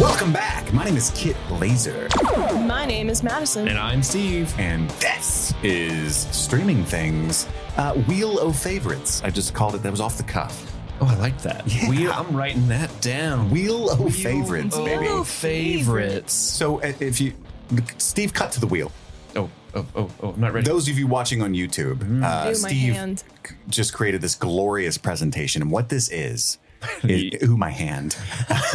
Welcome back. My name is Kit Blazer, My name is Madison. And I'm Steve. and this is Streaming Things uh, Wheel of Favorites. I just called it, that was off the cuff. Oh, I like that. Yeah. We, I'm writing that down. Wheel of Favorites, of baby. Oh. favorites. So uh, if you, Steve, cut to the wheel. Oh, oh, oh, oh, I'm not ready. Those of you watching on YouTube, uh, Ew, my Steve hand. c- just created this glorious presentation. And what this is, is ooh, my hand.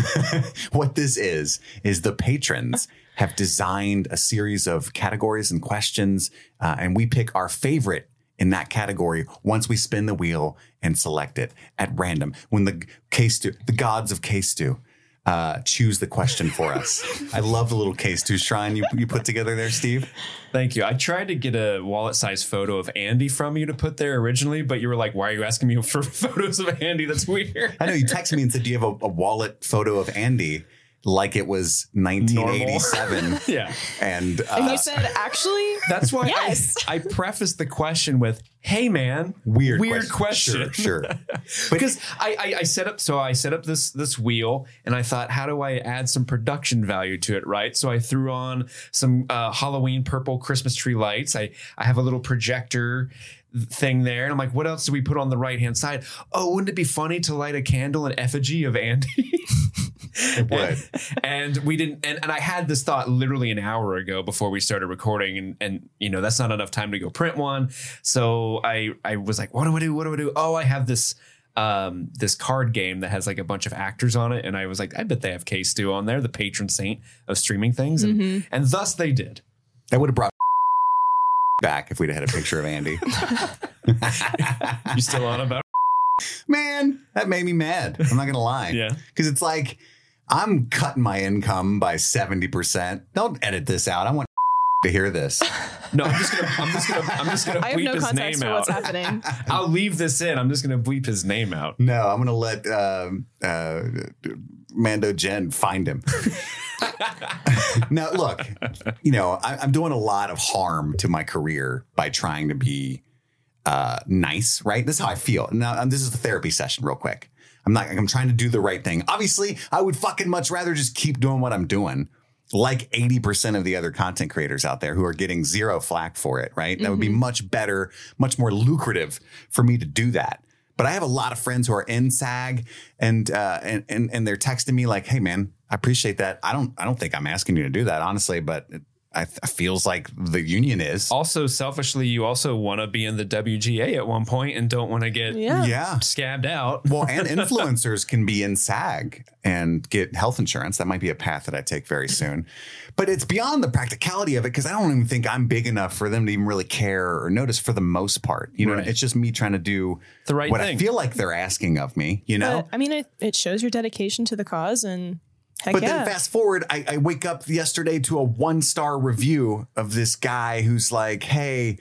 what this is, is the patrons have designed a series of categories and questions, uh, and we pick our favorite in that category once we spin the wheel and select it at random. When the case do, the gods of case do. Uh, choose the question for us. I love the little case two shrine you, you put together there, Steve. Thank you. I tried to get a wallet size photo of Andy from you to put there originally, but you were like, why are you asking me for photos of Andy? That's weird. I know you texted me and said, "Do you have a, a wallet photo of Andy?" Like it was 1987, yeah. and and uh, you said, actually, That's why Yes. I, I prefaced the question with, hey, man. weird, Weird question. Sure, sure. But- because I, I I set up so I set up this this wheel and I thought how do I add some production value to it right so I threw on some uh, Halloween purple Christmas tree lights I I have a little projector thing there and I'm like what else do we put on the right hand side oh wouldn't it be funny to light a candle an effigy of Andy It would. and we didn't and, and i had this thought literally an hour ago before we started recording and and you know that's not enough time to go print one so i i was like what do i do what do i do oh i have this um this card game that has like a bunch of actors on it and i was like i bet they have case stew on there the patron saint of streaming things and, Mm-hmm. and thus they did That would have brought back if we'd had a picture of Andy. you still on about Man, that made me mad. I'm not gonna lie. Yeah. because it's like I'm cutting my income by 70. percent Don't edit this out. I want to hear this. no i'm just gonna i'm just gonna i'm just gonna I have bleep no his context name for what's out happening. i'll leave this in i'm just gonna bleep his name out No, I'm gonna let um uh, Mando Jen find him. now, look, you know, I, I'm doing a lot of harm to my career by trying to be uh, nice, right? This is how I feel. Now, um, this is the therapy session, real quick. I'm not. I'm trying to do the right thing. Obviously, I would fucking much rather just keep doing what I'm doing. Like 80% of the other content creators out there who are getting zero flack for it, right? That would be much better, much more lucrative for me to do that. But I have a lot of friends who are in SAG and uh and and, and they're texting me like, hey man, I appreciate that. I don't I don't think I'm asking you to do that, honestly, but it, I, it feels like the union is. also selfishly you also want to be in the wga at one point and don't want to get Yeah. yeah. scabbed out. Well, and influencers can be in SAG and get health insurance. That might be a path that I take very soon. But it's beyond the practicality of it because I don't even think I'm big enough for them to even really care or notice for the most part. You know, Right. it's just me trying to do The right what thing. I feel like they're asking of me, you know? But, I mean, it, it shows your dedication to the cause, and heck But yeah. then fast forward, I, I wake up yesterday to a one star review of this guy who's like, hey,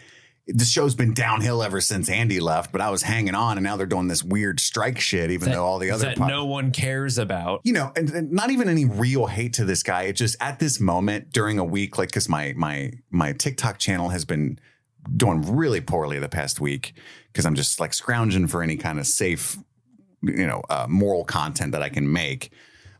this show's been downhill ever since Andy left, but I was hanging on and now they're doing this weird strike shit, even though all the other that pod- no one cares about. you know, and, and not even any real hate to this guy. It's just at this moment during a week, like because my my my TikTok channel has been doing really poorly the past week because I'm just like scrounging for any kind of safe, you know, uh, moral content that I can make.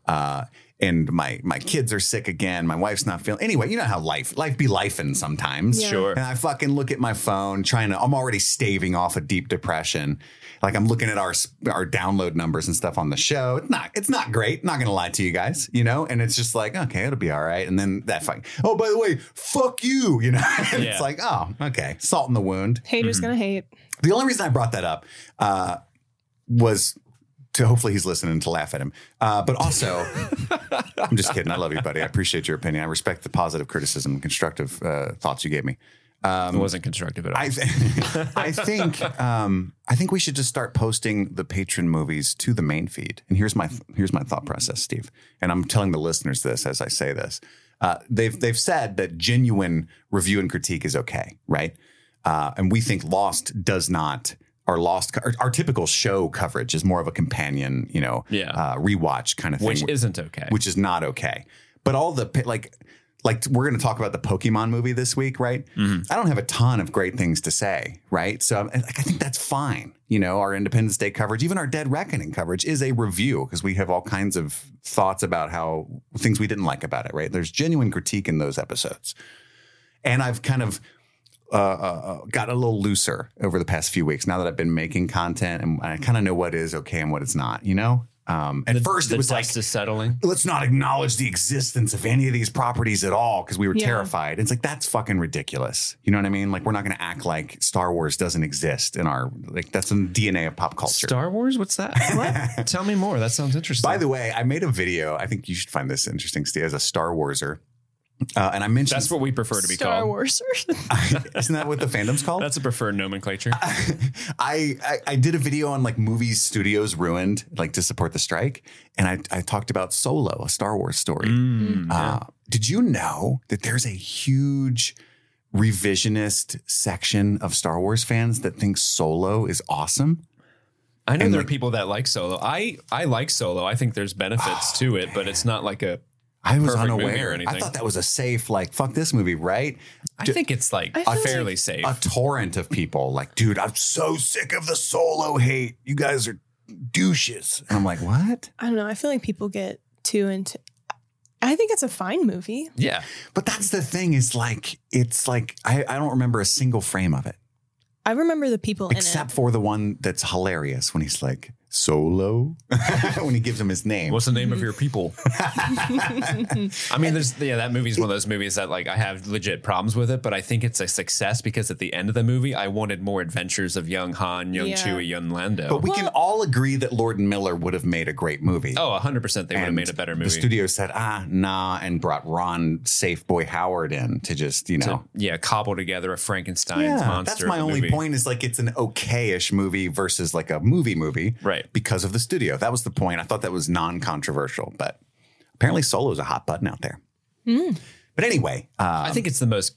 Uh, and my my kids are sick again. My wife's not feeling. Anyway, you know how life life be lifing sometimes. Yeah. Sure. And I fucking look at my phone, trying to. I'm already staving off a deep depression. Like I'm looking at our our download numbers and stuff on the show. It's not it's not great. Not gonna lie to you guys, you know. And it's just like okay, it'll be all right. And then that fucking oh by the way, fuck you, you know. And Yeah. It's like oh okay, salt in the wound. Mm-hmm. Haters gonna hate. The only reason I brought that up uh, was to hopefully he's listening to laugh at him. Uh, but also, I'm just kidding. I love you, buddy. I appreciate your opinion. I respect the positive criticism and constructive uh, thoughts you gave me. it wasn't constructive at all. Um, I, th- I think um, I think we should just start posting the patron movies to the main feed. And here's my here's my thought process, Steve. And I'm telling the listeners this as I say this. Uh, they've they've said that genuine review and critique is okay, right? Uh, and we think Lost does not. Our Lost, co- our, our typical show coverage is more of a companion, you know, Yeah. uh, rewatch kind of thing which isn't okay. which is not okay. But all the pi- like like we're going to talk about the Pokemon movie this week, right? Mhm. I don't have a ton of great things to say, right? So I'm, like, I think that's fine. You know, our Independence Day coverage, even our Dead Reckoning coverage, is a review because we have all kinds of thoughts about how things we didn't like about it, right? There's genuine critique in those episodes, and I've kind of uh, uh, uh, got a little looser over the past few weeks now that I've been making content and I kind of know what is okay and what it's not. You know, um, at The- first the it was like dust is settling. let's not acknowledge the existence of any of these properties at all because we were Yeah. terrified. It's like that's fucking ridiculous. You know what I mean? Like we're not going to act like Star Wars doesn't exist in our like that's in the DNA of pop culture. Star Wars? What's that? What? Tell me more. That sounds interesting. By the way, I made a video. I think you should find this interesting, Steve, as a Star Warser. Uh, and I mentioned that's what we prefer to be Star called. Wars. isn't that what the fandom's called? That's a preferred nomenclature. I, I I did a video on like movies studios ruined like to support the strike, and I I talked about Solo, a Star Wars story. Mm-hmm. Mm, yeah. Uh, did you know that there's a huge revisionist section of Star Wars fans that think Solo is awesome? I know and there like- are people that like solo. I I like solo. I think there's benefits Oh, to it, but it's not like a. I was Perfect movie or unaware. I anything. thought that was a safe, like, fuck this movie, right? I D- think it's like I feel fairly safe. A torrent of people, like, dude, I'm so sick of the Solo hate. You guys are douches. And I'm like, what? I don't know. I feel like people get too into. I think it's a fine movie. yeah, But that's the thing is like, it's like, I, I don't remember a single frame of it. I remember the people except for the one that's hilarious when he's like solo when he gives him his name What's the name of your people? in it. I mean, there's yeah, that movie's one of those movies that like I have legit problems with it, but I think it's a success because at the end of the movie, I wanted more adventures of young Han, young Yeah. Chewie, young Lando. but we can Well- all agree that lord and miller would have made a great movie oh, 100 percent, they would have And made a better movie. the studio said ah nah and brought ron safe boy howard in to just you to, know yeah, cobble together a Frankenstein's yeah, monster. that's my of a only movie. point is like it's an okayish movie versus like a movie movie Right. because of the studio that was the point i thought that was non-controversial but apparently solo is a hot button out there Hmm. but anyway uh, I think it's the most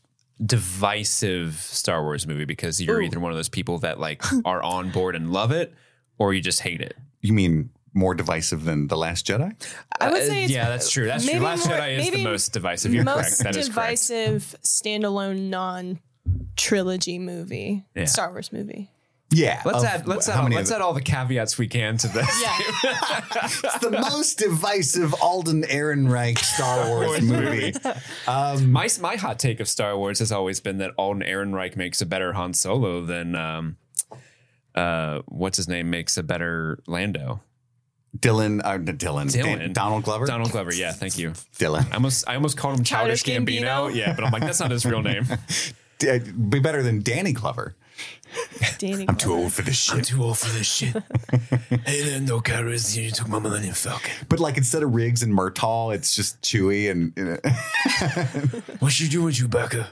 divisive Star Wars movie because you're either one of those people that like are on board and love it, or you just hate it. you mean more divisive than the last jedi I would Uh, say it's yeah, that's true. That's true. maybe Last more- Jedi is the maybe most divisive. You're correct. most That is correct. divisive standalone non trilogy movie, Yeah. Star Wars movie. Yeah. Let's of add let's how add many let's of add all the caveats we can to this. Yeah, It's the most divisive Alden Ehrenreich Star Wars Wars movie. movie. My my hot take of Star Wars has always been that Alden Ehrenreich makes a better Han Solo than um, uh, what's his name makes a better Lando. Dylan, uh, Dylan, Dylan. Dan- Donald Glover, Donald Glover. Yeah, thank you. I Dylan. almost I almost called him Childish Childish Gambino. Gambino. Yeah, but I'm like that's not his real name. D- uh, be better than Danny Glover. Danny. I'm too old for this shit. too old for this shit. hey, Lando Calrissian, you took my Millennium Falcon. But like instead of Riggs and Murtaugh, it's just Chewy and. and, uh, What you doing, Chewbacca?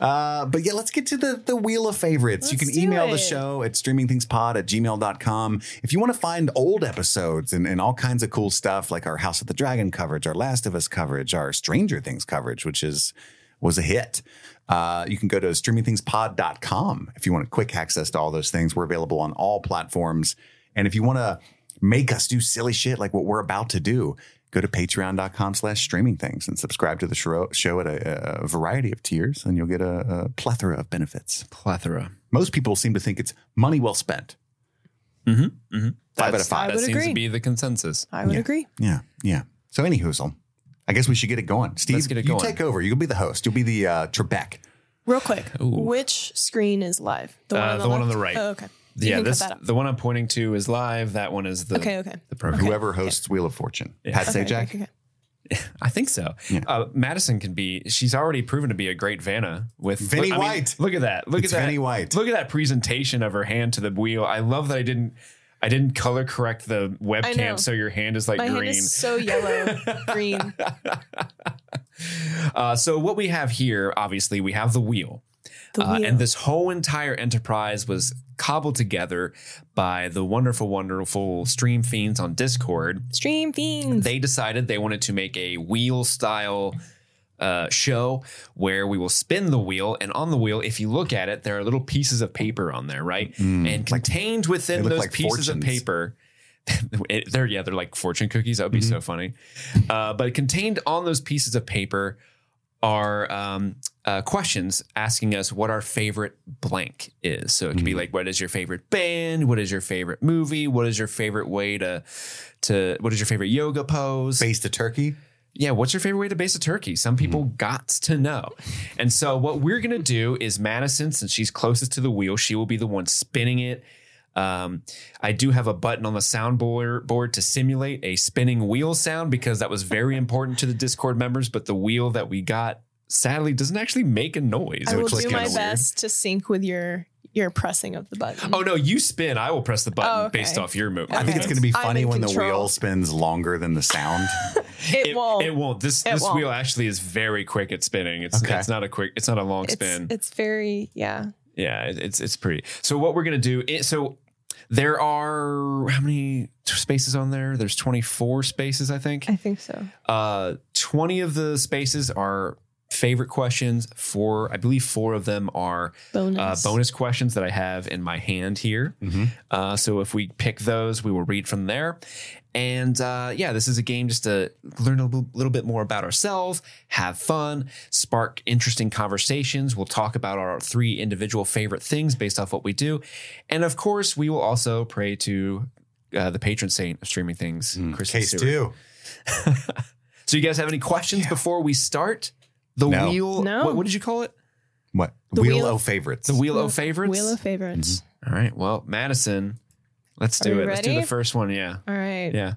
Uh, but yeah, let's get to the, the wheel of favorites. you Let's can do email the it. show at streamingthingspod at gmail.com. If you want to find old episodes and, and all kinds of cool stuff like our House of the Dragon coverage, our Last of Us coverage, our Stranger Things coverage, which is was a hit. Uh, you can go to streamingthingspod.com if you want quick access to all those things. We're available on all platforms. And if you want to make us do silly shit like what we're about to do, go to patreon.com slash streaming things and subscribe to the show, show at a, a variety of tiers and you'll get a, a plethora of benefits. Plethora. Most people seem to think it's money well spent. Mm-hmm. mm-hmm. Five out of five. I That would seems agree. to be the consensus. I would Yeah. agree. Yeah, yeah. So any hoozle, I guess we should get it going. Steve, get it you going. take over. You'll be the host. You'll be the uh, Trebek. Real quick, Ooh. which screen is live? Uh, the one on left? the right. Oh, okay. You Yeah, can cut this that up. the one I'm pointing to is live. That one is the okay, okay. the program. Whoever hosts Wheel of Fortune. Yeah. Pat Okay, Sajak? okay, okay. I think so. Yeah. Uh, Madison can be. She's already proven to be a great Vanna with Vinny look- I mean, White. look at that. Look It's at that. Vinny White. Look at that presentation of her hand to the wheel. I love that I didn't. I didn't color correct the know. webcam so your hand is like My green. hand is so yellow, green. uh, so what we have here, obviously, we have the wheel. The Uh, wheel. and this whole entire enterprise was cobbled together by the wonderful, wonderful stream fiends on Discord. Stream fiends. They decided they wanted to make a wheel style uh, show where we will spin the wheel, and on the wheel, if you look at it, there are little pieces of paper on there, right? Mm. and contained within look those like pieces of fortunes. paper, it- they're yeah, they're like fortune cookies. That would be Mm-hmm. so funny. Uh, but contained on those pieces of paper are um, uh, questions asking us what our favorite blank is. So it could be Mhm. like, what is your favorite band? What is your favorite movie? What is your favorite way to to what is your favorite yoga pose? Face to turkey. yeah, what's your favorite way to base a turkey? Some people Mm-hmm. got to know. And so what we're gonna do is Madison, since she's closest to the wheel, she will be the one spinning it. Um, I do have a button on the soundboard board to simulate a spinning wheel sound because that was very important to the Discord members. But the wheel that we got sadly doesn't actually make a noise. I will which was do kinda my weird. best to sync with your your pressing of the button. Oh no, you spin. I will press the button Oh, okay. based off your movement. I think it's Okay. going to be I'm funny in when the control. wheel spins longer than the sound. it, won't. It won't. This It this won't. wheel actually is very quick at spinning. It's Okay. it's not a quick. It's not a long It's, spin. it's very yeah. yeah, it, it's it's pretty. So what we're gonna do? It, so there are how many spaces on there? There's 24 spaces, I think. I think so. Uh, 20 of the spaces are favorite questions. Four, I believe, four of them are uh, Bonus. bonus questions that I have in my hand here. Uh, so if we pick those, we will read from there. And uh, yeah, this is a game just to learn a little, little bit more about ourselves, have fun, spark interesting conversations. We'll talk about our three individual favorite things based off what we do. And of course, we will also pray to uh, the patron saint of streaming things, Kristen Mm-hmm. Case Stewart. two. So you guys have any questions before we start? The No. wheel. No. What, what did you call it? What? The wheel, wheel- of favorites. The wheel of favorites. Mm-hmm. Wheel of favorites. All right. Well, Madison, let's Are do we it. Let's do ready? the first one. Yeah. All right. Yeah.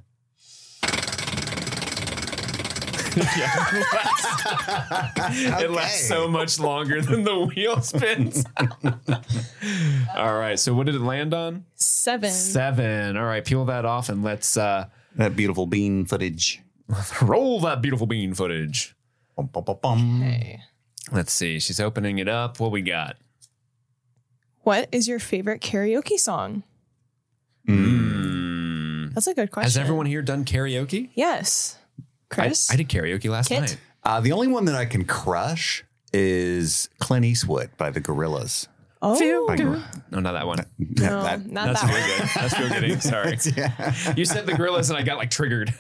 yeah. It lasts so much longer than the wheel spins. All right. So what did it land on? Seven. Seven. All right. Peel that off and let's uh, That beautiful bean footage. roll that beautiful bean footage. Bum, bum, bum, bum. Okay. Let's see. She's opening it up. What we got? What is your favorite karaoke song? Hmm. That's a good question. Has everyone here done karaoke? Yes. I- Chris. I, did karaoke last Kit? night. Uh, the only one that I can crush is Clint Eastwood by the Gorillas. oh. I can- No, not that one. no, not That's that feel good. That's feel good. Sorry. yeah. You said the gorillas and I got like triggered.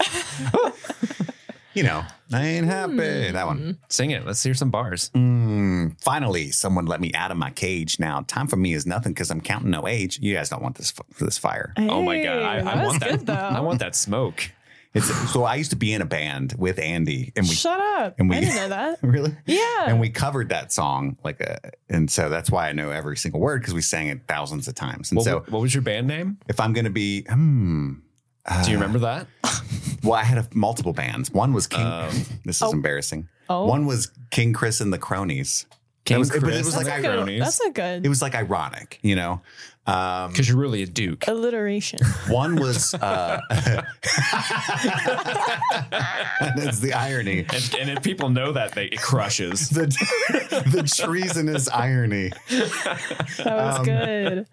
You know, I ain't happy. Hmm. That one. Sing it. Let's hear some bars. Mm, finally, someone let me out of my cage. Now, time for me is nothing because I'm counting no age. You guys don't want this f- this fire. one. Oh my god. I, Hey, I was want that. Good, though. I want that smoke. It's, so I used to be in a band with Andy, and we Shut up. and we- I didn't know that. really Yeah. and we covered that song like a, and so that's why I know every single word because we sang it thousands of times. And What, so what was your band name? if I'm gonna be, hmm, Do you remember that? well, I had a, multiple bands. One was King. Um, this is Oh. embarrassing. oh, One was King Chris and the Cronies. King was- but Chris. it was like that's, a and good, Cronies. that's a good It was like ironic, you know. Um, Because you're really a duke. alliteration. one was, uh, and it's the irony. And, and if people know that, they it crushes. The, the treasonous irony. That was Um, good.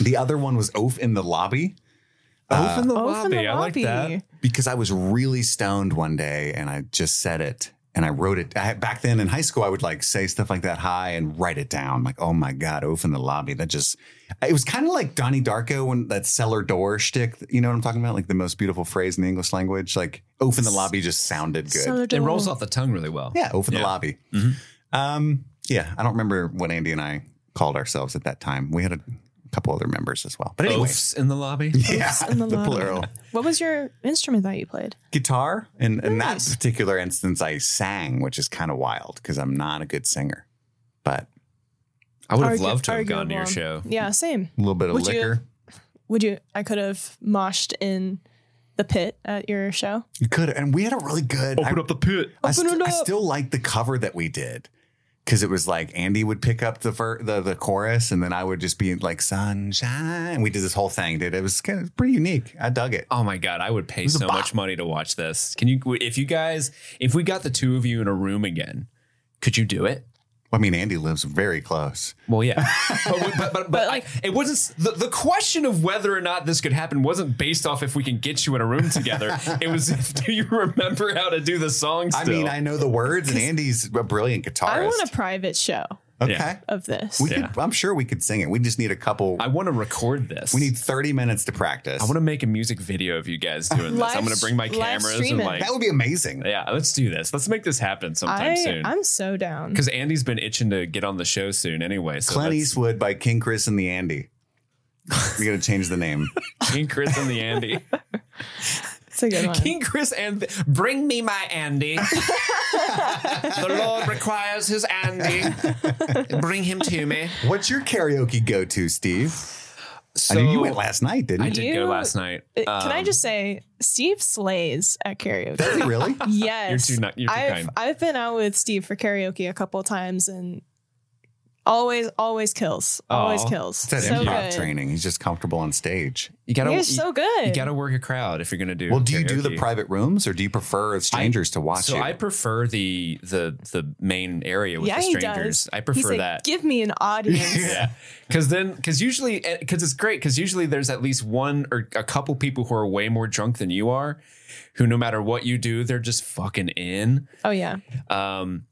The other one was Oaf in the Lobby. Oaf in the Oh, from the lobby. I like lobby. that. because I was really stoned one day and I just said it and I wrote it I, back then in high school. I would like say stuff like that high and write it down. Like, oh my God, oaf in the lobby. That just, it was kind of like Donnie Darko when that cellar door shtick, you know what I'm talking about? Like the most beautiful phrase in the English language. Like, oaf in the lobby just sounded good. Solidor. It rolls off the tongue really well. yeah, oaf in Yeah. the lobby. Mm-hmm. Mhm. Um, yeah, I don't remember what Andy and I called ourselves at that time. We had a couple other members as well. But anyway, Oafs in the lobby. yeah, in the the lobby. plural. What was your instrument that you played? guitar. And in that Nice. particular instance, I sang, which is kind of wild because I'm not a good singer, but I would have Argu- loved to have gone to your arguable. show. Yeah, same. a little bit of Would you- liquor. Would you? I could have moshed in the pit at your show. You, could. And we had a really good. I, up the pit. I, Open st- it I up. still like the cover that we did because it was like Andy would pick up the, ver- the the chorus and then I would just be like, sunshine. And we did this whole thing, dude. It was kind of pretty unique. I dug it. Oh my god, I would pay was a so bop. much money to watch this. Can you if you guys if we got the two of you in a room again, could you do it? I mean, Andy lives very close. Well, yeah, but but but, but, like it wasn't s- the, the question of whether or not this could happen wasn't based off if we can get you in a room together. it was if do you remember how to do the song? Still? I mean, I know the words, and Andy's a brilliant guitarist. I want a private show. Okay. Yeah. of this. We Yeah. could, I'm sure we could sing it. We just need a couple. I want to record this. we need 30 minutes to practice. I want to make a music video of you guys doing this. Live I'm going to bring my s- live cameras stream and it. like, that would be amazing. yeah, let's do this. Let's make this happen sometime I, soon. I'm so down. Because Andy's been itching to get on the show soon anyway. So Clint let's- Eastwood by King Chris and the Andy. We're gonna change the name. King Chris and the Andy. It's a good one. King Chris and the- bring me my Andy. the Lord requires his Andy. bring him to me. What's your karaoke go-to, Steve? So I knew you went last night, didn't I you? did You- go last night. Uh, Can I Um, just say, Steve slays at karaoke. Did you really? yes, You're too, ni- you're too I've kind. I've been out with Steve for karaoke a couple times and always always kills. Always Aw. kills. It's that So improv good. training. He's just comfortable on stage. You gotta, You're you, so good. you gotta work a crowd if you're gonna do. Well, do you do the karaoke. private rooms, or do you prefer strangers to watch So you? Oh, I prefer the the the main area with yeah, the he strangers. does. I He's prefer like, that. Give me an audience. yeah because then because usually because it's great because usually there's at least one or a couple people who are way more drunk than you are who no matter what you do they're just fucking in Oh yeah. um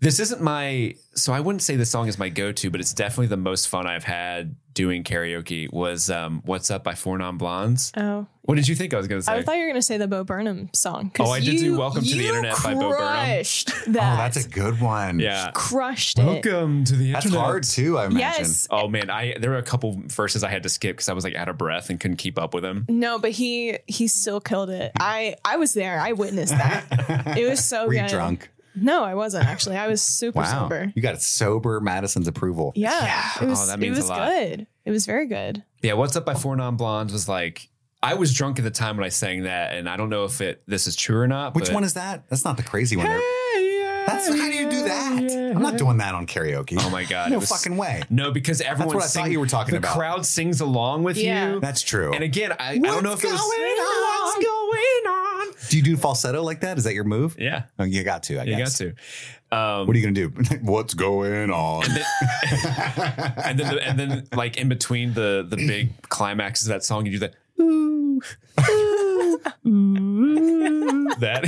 this isn't my so i wouldn't say the song is my go-to but it's definitely the most fun i've had doing karaoke was um what's up by four non-blondes Oh, what did you think i was gonna say I thought you were gonna say the Bo Burnham song. 'cause Oh, I did do you- Welcome to the you Internet by Bo Burnham. crushed That. oh, that's a good one. yeah crushed it. welcome to the that's hard too. I imagine. Yes. oh man i there were a couple verses i had to skip because i was like out of breath and couldn't keep up with them No, but he he still killed it. I I was there. I witnessed that. it was so Were you good. drunk? No, I wasn't actually. I was super Wow. sober. You got sober Madison's approval. Yeah, Yeah. it was. Oh, that it means a was lot. good. It was very good. Yeah, What's Up by Four Non Blondes was like I was drunk at the time when I sang that, and I don't know if it this is true or not. Which but- one is that? That's not the crazy one. there. That's how do you do that? I'm not doing that on karaoke. Oh my god! no it was- fucking way. No, because everyone. what I thought you were talking the about. crowd sings along with Yeah. you. That's true. and again, I, I don't know What's if it was. going on? What's going on? do you do falsetto like that? Is that your move? Yeah, Oh, you got to. I you guess. got to. Um, What are you gonna do? What's going on? and then, the, and then, like in between the the big climaxes of that song, you do that. Ooh, ooh, ooh, that.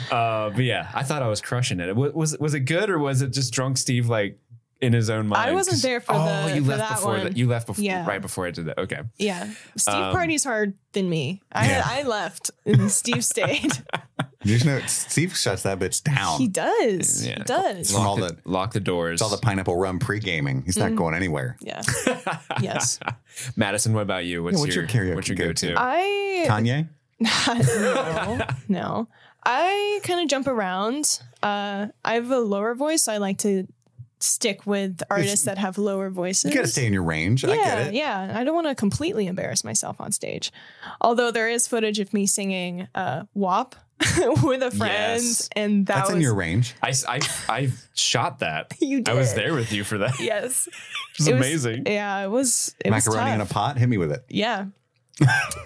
uh, but yeah, I thought I was crushing it. Was, was was it good or was it just drunk Steve like in his own mind? I wasn't there for oh, the- you for left that before one. that. You left before Yeah. right before I did that. Okay, Yeah, Steve Um, parties hard than me. I Yeah. I left and Steve stayed. There's no Steve shuts that bitch down. He does. Yeah. He does. From all Lock the- lock the doors. it's all the pineapple rum pre gaming. He's Mm. not going anywhere. Yeah. Yes. Madison, what about you? What's, what's your, your karaoke What's your go go-to? to? Uh, I Kanye. no, no. I kind of jump around. Uh, I have a lower voice, so I like to stick with artists that have lower voices. You gotta stay in your range. I yeah, get it. yeah. I don't want to completely embarrass myself on stage. Although there is footage of me singing uh, WAP with a friend, Yes. and that That's was in your range. I, s- I- I shot that. you. Did. I was there with you for that. Yes, It was It was- amazing. yeah. It was it was Macaroni tough. in a pot. Hit me with it. Yeah.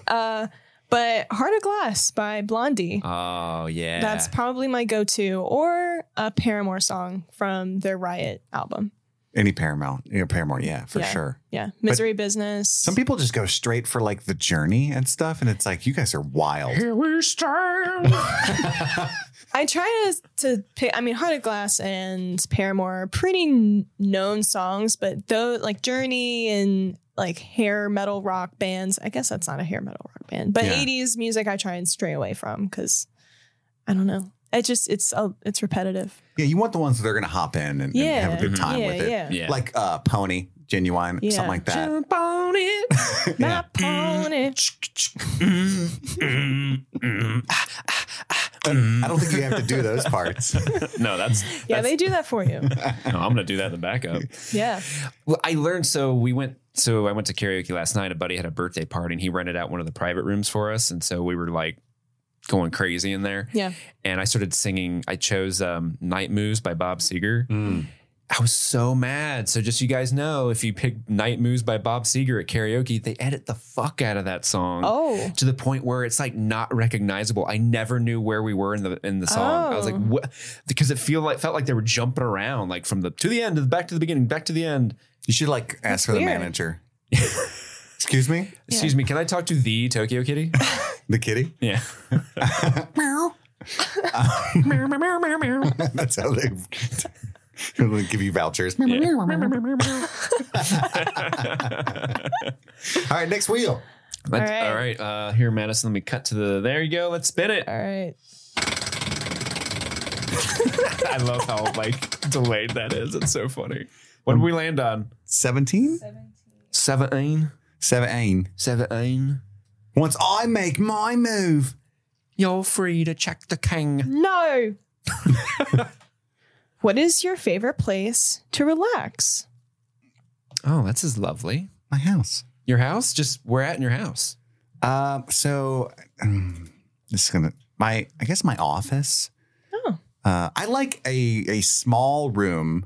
uh, but Heart of Glass by Blondie. oh yeah. That's probably my go-to, or a Paramore song from their Riot album. Any Paramount. You know, Paramore. Yeah, for Yeah. sure. Yeah, Misery Business. Some people just go straight for like the journey and stuff, and it's like you guys are wild. Here we stand. I try to to pick. I mean, Heart of Glass and Paramore are pretty n- known songs, but though like Journey and like hair metal rock bands. I guess that's not a hair metal rock band, but Yeah. '80s music I try and stray away from because I don't know. It just it's uh, it's repetitive. Yeah, you want the ones that are gonna hop in and, and Yeah. have a good Mhm. time yeah, with it. yeah. yeah. Like uh Pony, Genuine, Yeah. something like that. Jump on it. My pony. I don't think you have to do those parts. no, that's Yeah, they do that for you. no, I'm gonna do that in the backup. Yeah. Well, I learned so we went so I went to karaoke last night. A buddy had a birthday party and he rented out one of the private rooms for us, and so we were like going crazy in there. Yeah. And I started singing. I chose um, "Night Moves" by Bob Seger. I was so mad. So just so you guys know, if you pick "Night Moves" by Bob Seger at karaoke, they edit the fuck out of that song. Oh. to the point where it's like not recognizable. I never knew where we were in the in the song. I was like, Oh. what? Because it feel like felt like they were jumping around, like from the to the end, to the back to the beginning, back to the end. You should like ask for the weird. manager. Excuse me? Excuse me, can I talk to the Tokyo Kitty? The kitty? yeah, That's how they It'll give you vouchers. All right, next wheel. All right. right. All right. Uh, here, Madison, let me cut to the. There you go. Let's spin it. All right. I love how like delayed that is. It's so funny. What did we land on? 17? 17. 17. 17. Once I make my move. You're free to check the king. No. what is your favorite place to relax? Oh, that's as lovely. My house. Your house? Just we're at in your house. Um, so um, this is gonna my I guess my office. Oh. Uh, I like a a small room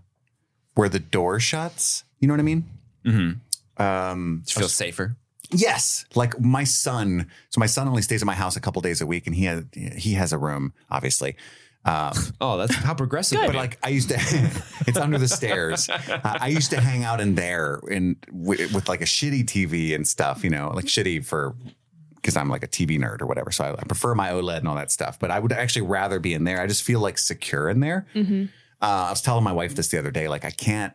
where the door shuts. You know what I mean? Mm-hmm. Um, Feels safer. Yes, like my son. So my son only stays at my house a couple days a week, and he has he has a room, obviously. Um, Oh, that's how progressive. but like I used to, it's under the stairs. Uh, I used to hang out in there and wi with like a shitty TV and stuff. You know, like shitty for because I'm like a TV nerd or whatever. So I, I prefer my OLED and all that stuff. But I would actually rather be in there. I just feel like secure in there. Mm-hmm. Uh, I was telling my wife this the other day. Like, I can't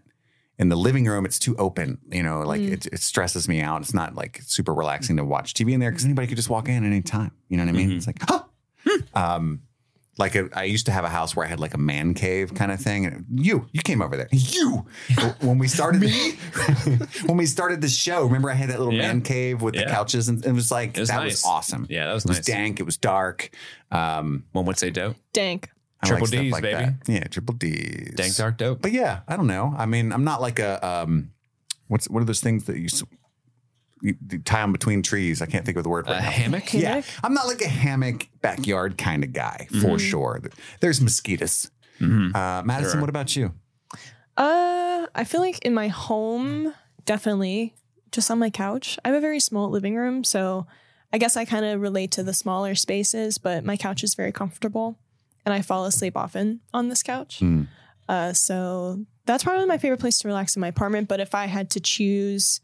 in the living room; it's too open. You know, like Mm. it, it stresses me out. It's not like super relaxing to watch TV in there Mm-hmm. because anybody could just walk in at any time. You know what I mean? Mhm. It's like, huh. um, like I I used to have a house where I had like a man cave kind of thing. And you, you came over there. You, when we started, when we started the show, remember I had that little Yeah. man cave with the Yeah. couches, and it was like It was that nice. was awesome. yeah, that was It was nice. dank. It was dark. Um, One would say dope. Dank. I Triple stuff Ds, baby. that. Yeah, triple D's. Dank dark dope. But yeah, I don't know. I mean, I'm not like a um, what's what are those things that you, s- you you tie on between trees? I can't think of the word right A now. Uh, hammock. Hammock? Yeah, I'm not like a hammock backyard kind of guy for Mhm. sure. There's mosquitoes. Mm-hmm. Uh, Madison, Sure. what about you? Uh, I feel like in my home, definitely just on my couch. I have a very small living room, so I guess I kind of relate to the smaller spaces, but my couch is very comfortable and I fall asleep often on this couch. Mm. Uh, so that's probably my favorite place to relax in my apartment. But if I had to choose,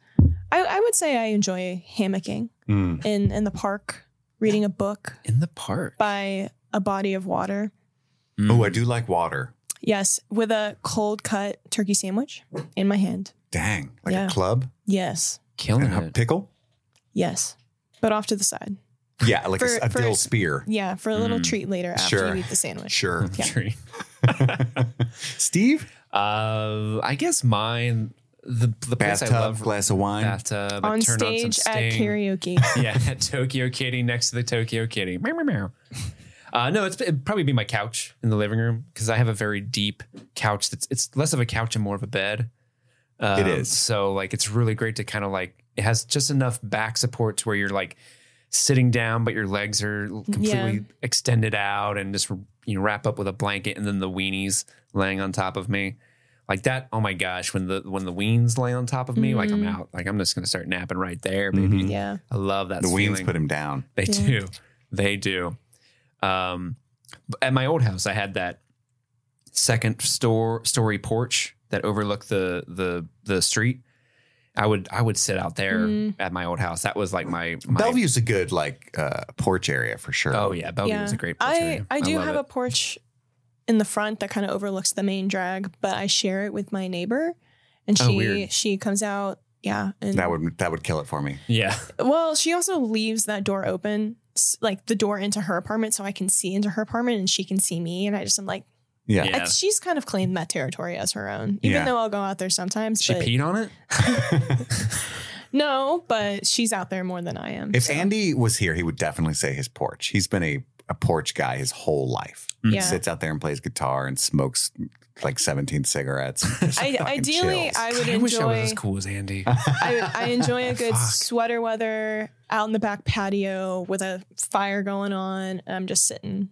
I, I would say I enjoy hammocking in, in the park, reading a book In the park. Mm-hmm. by a body of water. Oh, I Mm. do like water. Yes, with a cold cut turkey sandwich in my hand. Dang, like Yeah. a club Yes. killing and a it. pickle. Yes. But off to the side. Yeah, like a, For- a for- dill spear. Yeah, for a little Mm. treat later after Sure. you eat the sandwich. Sure, Yeah. Tree. Steve. Uh, I guess mine. The the place Bathtub, I love glass of wine. bathtub. I On turn some stage at Sting. karaoke. yeah, at Tokyo Kitty next to the Tokyo Kitty. Meow, meow, meow. Uh, no, it's, it'd probably be my couch in the living room because I have a very deep couch. That's it's less of a couch and more of a bed. Um, It is. so like it's really great to kind of like it has just enough back support to where you're like sitting down, but your legs are completely Yeah. extended out and just you know, wrap up with a blanket and then the weenies laying on top of me. Like that, oh my gosh, when the when the weens lay on top of me, like I'm Mhm. out. Like I'm just gonna start napping right there, baby. Mhm. yeah. I love that. the wings feeling. put him down. They Yeah. do. They do. Um, b- at my old house, I had that second store story porch that overlooked the the the street. I would I would sit out there Mm. at my old house. That was like my, my Bellevue's a good like uh, porch area for sure. Oh yeah, Bellevue Yeah. was a great. Porch I, area. I do love have it. a porch in the front that kind of overlooks the main drag, but I share it with my neighbor and Oh, she weird. she comes out. Yeah. And That would that would kill it for me. yeah. well, she also leaves that door open, s- like the door into her apartment, so I can see into her apartment and she can see me. And I just am like, Yeah. I- she's kind of claimed that territory as her own, even Yeah. though I'll go out there sometimes. She but peed on it. No, but she's out there more than I am. If so. Andy was here, he would definitely say his porch. He's been a, a porch guy his whole life. Mm. Yeah. Sits out there and plays guitar and smokes like 17 cigarettes. and just I, fucking ideally, chills. I would God, I wish I was enjoy. as cool as Andy. I, I enjoy a good Fuck. sweater weather out in the back patio with a fire going on. And I'm just sitting.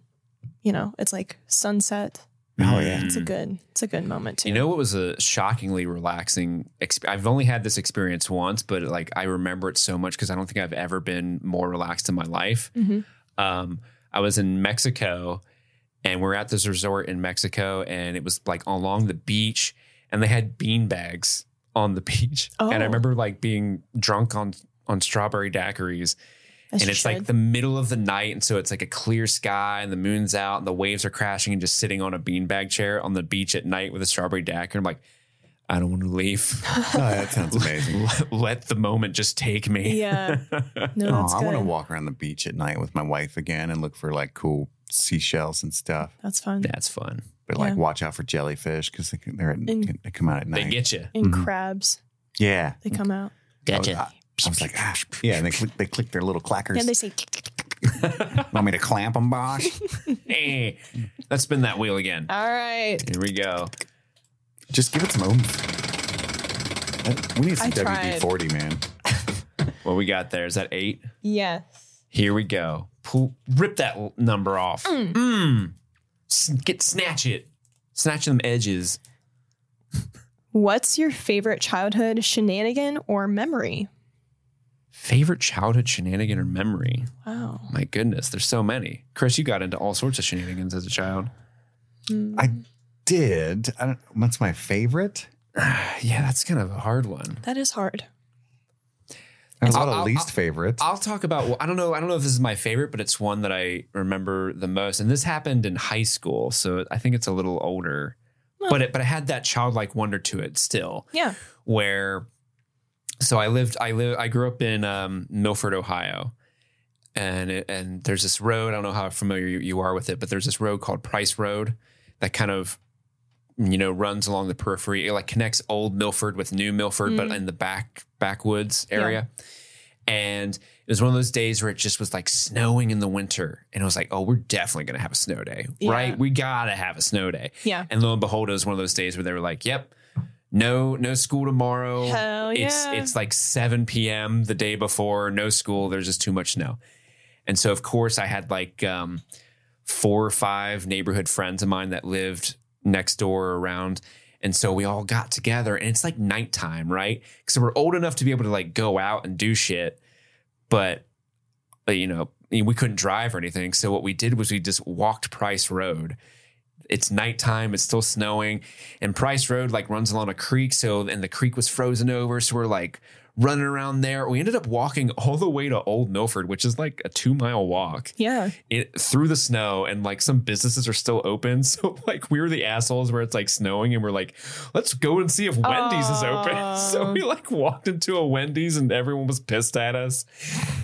You know, it's like sunset. Oh, yeah. It's a good. It's a good moment too. Mm. You know what was a shockingly relaxing exp- I've only had this experience once, but like I remember it so much because I don't think I've ever been more relaxed in my life. Mhm. Um, I was in Mexico and we're at this resort in Mexico and it was like along the beach and they had bean bags on the beach. And I Oh. remember like being drunk on on strawberry daiquiris As and you it's like should. the middle of the night, and so it's like a clear sky, and the moon's out, and the waves are crashing, and just sitting on a beanbag chair on the beach at night with a strawberry daiquiri. I'm like, I don't want to leave. Oh, that sounds amazing. let, let the moment just take me. yeah. No, Oh, that's I good. want to walk around the beach at night with my wife again and look for like cool seashells and stuff. That's fun. That's fun. But Yeah. like, watch out for jellyfish because they, can- they're at, And- they come out at night. They get you. And Mhm. crabs, yeah. Mm. they come out. Gotcha. I, I was like, ah, yeah. And they click, they click their little clackers. Yeah, they say. Want me to clamp them, Bosh? Eh. Let's spin that wheel again. All right. Here we go. Just give it some oomph. That- We need some I tried. WD 40, man. What we got there? Is that eight? Yes. Here we go. Pull, rip that l- number off. Mm. S- get snatch it. Snatch them edges. What's your favorite childhood shenanigan or memory? Favorite childhood shenanigan or memory? Wow. My goodness, there's so many. Chris, you got into all sorts of shenanigans as a child. Mm. I did. I don't, what's my favorite? yeah, that's kind of a hard one. That is hard. There's a I'll- lot of I'll- least I'll- favorites. I'll talk about. Well, I don't know. I don't know if this is my favorite, but it's one that I remember the most. And this happened in high school, so I think it's a little older. Well. But it, but it had that childlike wonder to it still, Yeah. where. So I lived. I live. I grew up in um, Milford, Ohio, and it, and there's this road. I don't know how familiar you, you are with it, but there's this road called Price Road that kind of you know runs along the periphery. It like connects old Milford with new Milford, but Mm. in the back backwoods area. And it was one of those days where it just was like snowing in the winter, and I was like, "Oh, we're definitely gonna have a snow day, Yeah. right? We gotta have a snow day." Yeah. And lo and behold, it was one of those days where they were like, "Yep, no, no school tomorrow. Hell It's yeah. it's like 7 p.m. the day before, no school. There's just too much snow." And so, of course, I had like um, four or five neighborhood friends of mine that lived next door or around. And so we all got together, and it's like nighttime, right? Because we're old enough to be able to like go out and do shit, but but, you know we couldn't drive or anything. So what we did was we just walked Price Road. It's nighttime. It's still snowing, and Price Road like runs along a creek. So and the creek was frozen over. So we're like running around there. We ended up walking all the way to Old Milford, which is like a two mile walk Yeah. it through the snow and like some businesses are still open so like we were the assholes where it's like snowing and we're like let's go and see if wendy's is open Aw. so we like walked into a wendy's and everyone was pissed at us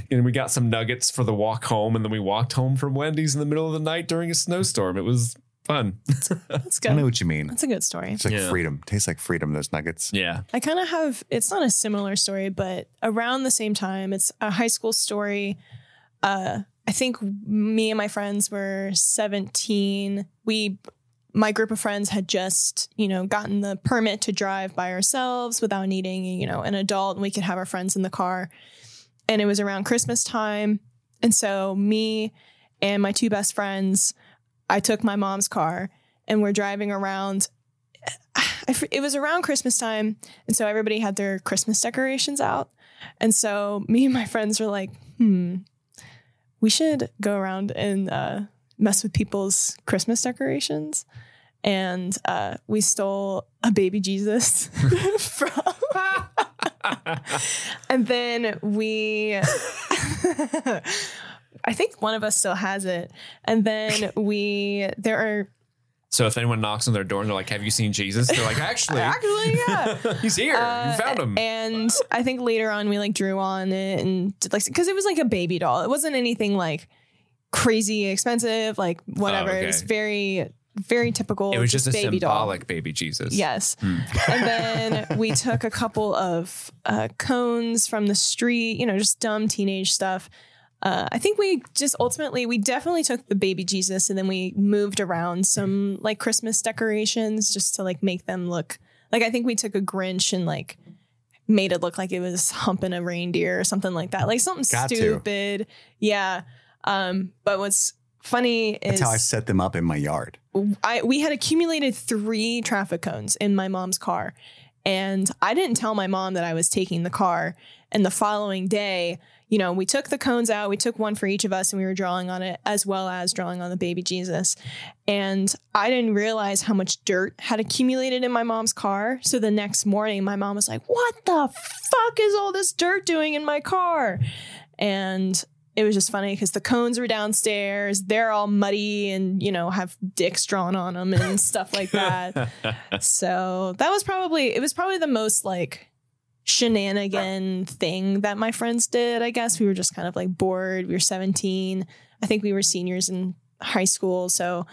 and we got some nuggets for the walk home and then we walked home from wendy's in the middle of the night during a snowstorm it was fun That's I know good. what you mean. That's a good story. It's like Yeah. freedom. Tastes like freedom, those nuggets. yeah I kind of have, it's not a similar story, but around the same time, it's a high school story. Uh, I think me and my friends were 17. We, my group of friends had just, you know, gotten the permit to drive by ourselves without needing, you know, an adult and we could have our friends in the car. And it was around Christmas time. And so me and my two best friends, I took my mom's car and we're driving around. I fr- It was around Christmas time. And so everybody had their Christmas decorations out. And so me and my friends were like, hmm, we should go around and uh, mess with people's Christmas decorations. And uh, we stole a baby Jesus from. and then we. I think one of us still has it. And then we, there are. so if anyone knocks on their door and they're like have you seen jesus they're like actually Actually, yeah. he's here Uh, you found him And I think later on we like drew on it and did like because it was like a baby doll. It wasn't anything like crazy expensive, like whatever. It was Oh, okay. very, very typical. it was just a baby symbolic baby jesus doll. Yes. Hmm. And then we took a couple of uh, cones from the street, you know, just dumb teenage stuff. Uh, I think we just ultimately, we definitely took the baby Jesus and then we moved around some like Christmas decorations just to like make them look like I think we took a Grinch and like made it look like it was humping a reindeer or something like that, like something Got to. stupid. Yeah. Um, but what's funny That's is how I set them up in my yard. I we had accumulated three traffic cones in my mom's car, and I didn't tell my mom that I was taking the car. And the following day, you know, we took the cones out. We took one for each of us, and we were drawing on it as well as drawing on the baby Jesus. And I didn't realize how much dirt had accumulated in my mom's car. So the next morning, my mom was like, "What the fuck is all this dirt doing in my car?" And it was just funny because the cones were downstairs. They're all muddy and, you know, have dicks drawn on them and stuff like that. so that was probably, it was probably the most like shenanigan thing that my friends did, I guess. We were just kind of like bored. We were 17. I think we were seniors in high school. So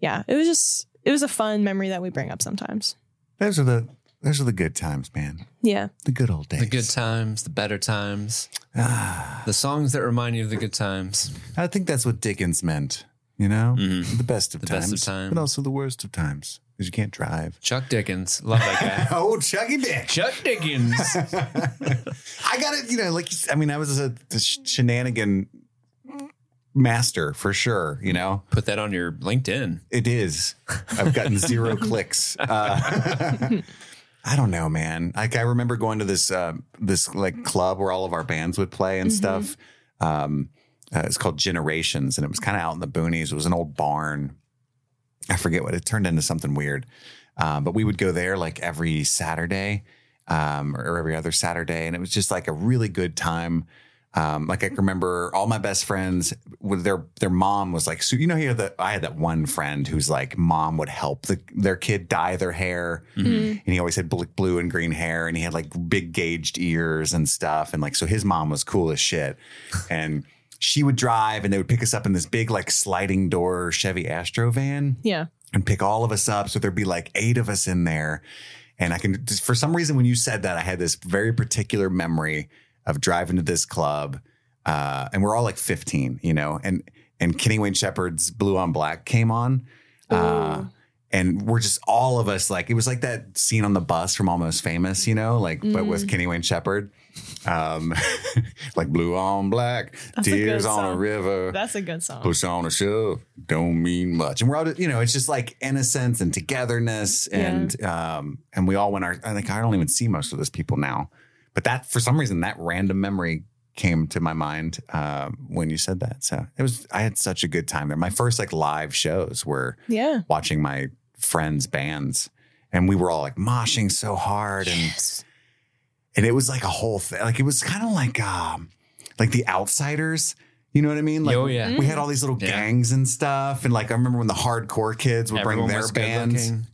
yeah, it was just, it was a fun memory that we bring up sometimes. Those are the those are the good times, man. Yeah. The good old days. The good times, the better times, Ah, the songs that remind you of the good times. I think that's what Dickens meant. You know, Mhm. the best of The times, best of times. but also the worst of times because you can't drive. Chuck Dickens, love that guy. Oh, Chucky Dick. Chuck Dickens. I got it. You know, like I mean, I was a, a sh- shenanigan master for sure. You know, Put that on your LinkedIn. it is. I've gotten zero clicks. Uh, I don't know, man. Like I remember going to this uh, this like club where all of our bands would play and Mhm. stuff. Um, uh, it's called Generations, and it was kind of out in the boonies. It was an old barn. I forget what it turned into something weird, um, but we would go there like every Saturday um, or every other Saturday, and it was just like a really good time. Um, like I can remember all my best friends with their their mom was like, so you know, here that I had that one friend whose like mom would help the, their kid dye their hair Mm-hmm. and he always had bl- blue and green hair and he had like big gauged ears and stuff and like so his mom was cool as shit and she would drive and they would pick us up in this big like sliding door chevy astro van Yeah. and pick all of us up so there'd be like eight of us in there and i can just for some reason when you said that i had this very particular memory of driving to this club uh, and we're all like 15 you know and and kenny wayne shepherd's blue on black came on uh, Ooh. and we're just all of us like it was like that scene on the bus from Almost Famous, you know, like but Mm. with Kenny Wayne Shepherd, um, like blue on black, That's a good tears on a song. river, That's a good song. push on a shove, don't mean much, and we're all you know, it's just like innocence and togetherness, and um, and we all went our I think I don't even see most of those people now, but that for some reason that random memory came to my mind uh, when you said that, so it was I had such a good time there. My first like live shows were Yeah. watching my friends' bands. And we were all like moshing so hard. And, Yes. and it was like a whole thing. Like it was kind of like um like the outsiders. You know what I mean? Like oh, yeah. we had all these little Yeah. gangs and stuff. And like I remember when the hardcore kids would Everyone bring their was bands. good-looking.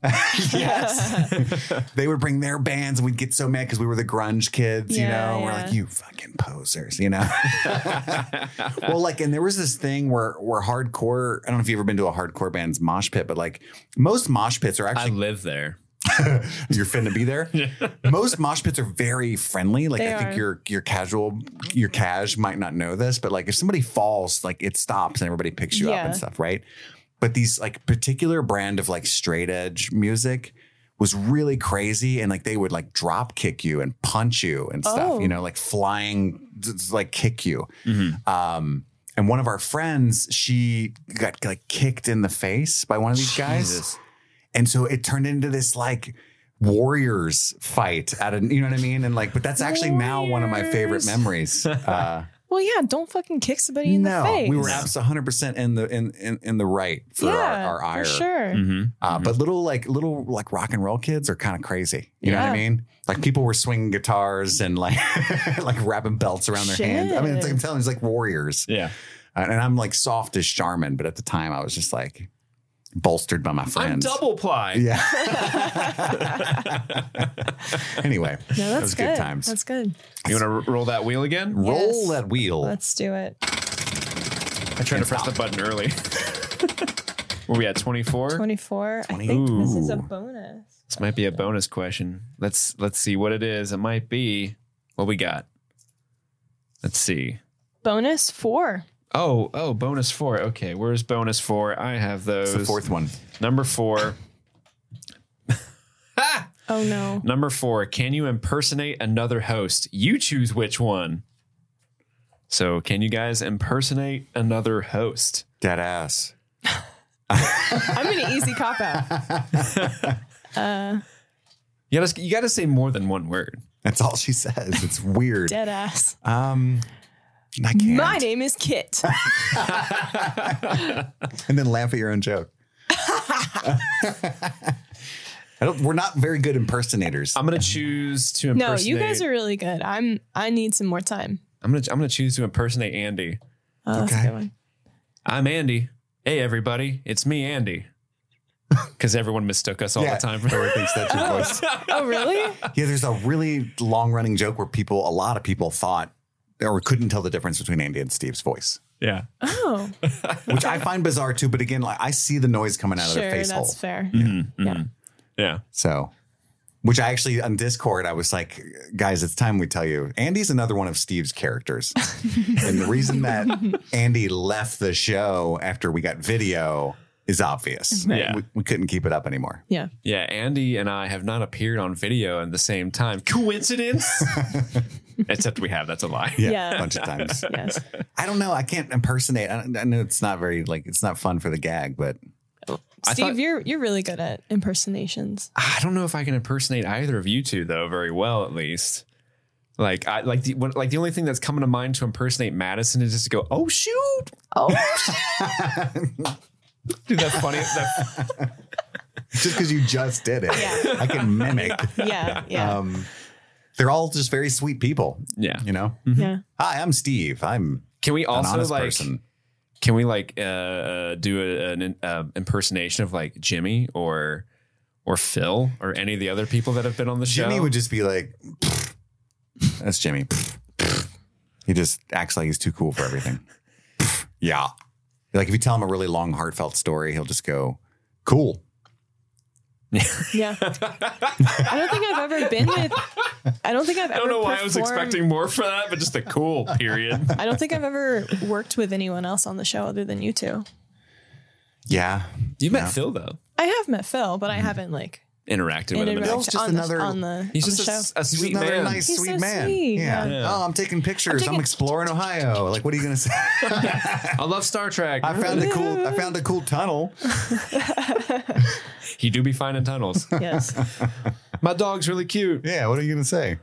yes. they would bring their bands and we'd get so mad because we were the grunge kids, you Yeah, know. And We're yeah. like, you fucking posers, you know. well, like, and there was this thing where where hardcore, I don't know if you've ever been to a hardcore band's mosh pit, but like most mosh pits are actually I live there. you're finna be there. Most mosh pits are very friendly. Like They I think are. your your casual your cash might not know this, but like if somebody falls, like it stops and everybody picks you up Yeah. and stuff, right? But these like particular brand of like straight edge music was really crazy and like they would like drop kick you and punch you and stuff, Oh. you know, like flying d- d- like kick you. Mhm. Um and one of our friends, she got like kicked in the face by one of these guys. Jesus. And so it turned into this like warriors fight at an, you know what I mean? And like, but that's actually now one of my favorite Warriors. memories. Uh, Well, yeah. Don't fucking kick somebody in the no, face. we were absolutely 100% in the, in, in, in the right for yeah, our, our ire. For sure. Mhm. Uh, But little like little like rock and roll kids are kind of crazy. You know what I Yeah. mean? Like people were swinging guitars and like like wrapping belts around their hands. I mean, it's, like, I'm Shit. telling you, it's like warriors. Uh, Yeah. And I'm like soft as Charmin, but at the time I was just like bolstered by my friends. I'm double ply. Yeah. anyway, No, that's those good good. times. That's good. You want to r- roll that wheel again? Roll Yes. that wheel. Let's do it. I tried to press the button early. Were we at 24? 24. I think this is a Ooh. bonus. This might be a bonus question. Let's let's see what it is. It might be what we got. Let's see. Bonus four. Oh, oh, bonus four. Okay, where's bonus four? I have those. It's the fourth one. Number four. Ah! Oh, no. Number four. Can you impersonate another host? You choose which one. So, can you guys impersonate another host? Dead ass. I'm an easy cop out. Uh, You gotta you gotta say more than one word. That's all she says. It's weird. dead ass. Um, I can't. My name is Kit. And then laugh at your own joke. I don't, we're not very good impersonators. I'm gonna choose to no, impersonate. you guys are really good. I'm. I need some more time. I'm gonna I'm gonna choose to impersonate Andy. Oh, that's Okay. a good one. I'm Andy. Hey, everybody. It's me, Andy. Because everyone mistook us all Yeah. the time for Everyone thinks that's your voice. Oh, really? Yeah, there's a really long running joke where people, a lot of people thought or couldn't tell the difference between Andy and Steve's voice, yeah. Oh, which I find bizarre too. But again, like I see the noise coming out of sure. their That's face hole. Mm-hmm, fair. Mhm, Yeah. mhm. Yeah. So, which I actually on Discord, I was like, guys, it's time we tell you. Andy's another one of Steve's characters. and the reason that Andy left the show after we got video is obvious. Right. Yeah. We, we couldn't keep it up anymore. Yeah. Yeah. Andy and I have not appeared on video at the same time. Coincidence? Except we have. That's a lie. Yeah, Yeah. a bunch of times. Yes. I don't know. I can't impersonate. I, I know it's not very like it's not fun for the gag, but I Steve, thought- you're you're really good at impersonations. I don't know if I can impersonate either of you two though very well at least. Like I like the when, like the only thing that's coming to mind to impersonate Madison is just to go oh shoot Oh, dude that's funny that, just because you just did it, Yeah. I can mimic. yeah, yeah, Um, they're all just very sweet people, yeah you know. yeah. Hi, I'm Steve. I'm can we an also honest like person. can we like uh, do a, an uh, impersonation of like Jimmy or or Phil or any of the other people that have been on the show Jimmy would just be like, "Pfft." "That's Jimmy." Pfft. Pfft. he just acts like he's too cool for everything. Pfft. yeah, like if you tell him a really long, heartfelt story, he'll just go, "Cool." Yeah. I don't think I've ever been with. I don't think I've ever. I don't know why I was performed- expecting more for that but just a cool period I don't think I've ever worked with anyone else on the show other than you two. Yeah, you met Yeah. Phil though I have met Phil, Mm. but I haven't like interacted with interacted him and Phil's on, just the, another- on the he's on just the show. a, a He's sweet another man nice, He's sweet so man. sweet, Yeah. yeah. Oh, I'm taking pictures. I'm, taking- exploring Ohio. Like, what are you gonna say? I love Star Trek I found a cool. I found a cool tunnel. He do be finding tunnels. yes. My dog's really cute. Yeah. What are you gonna say?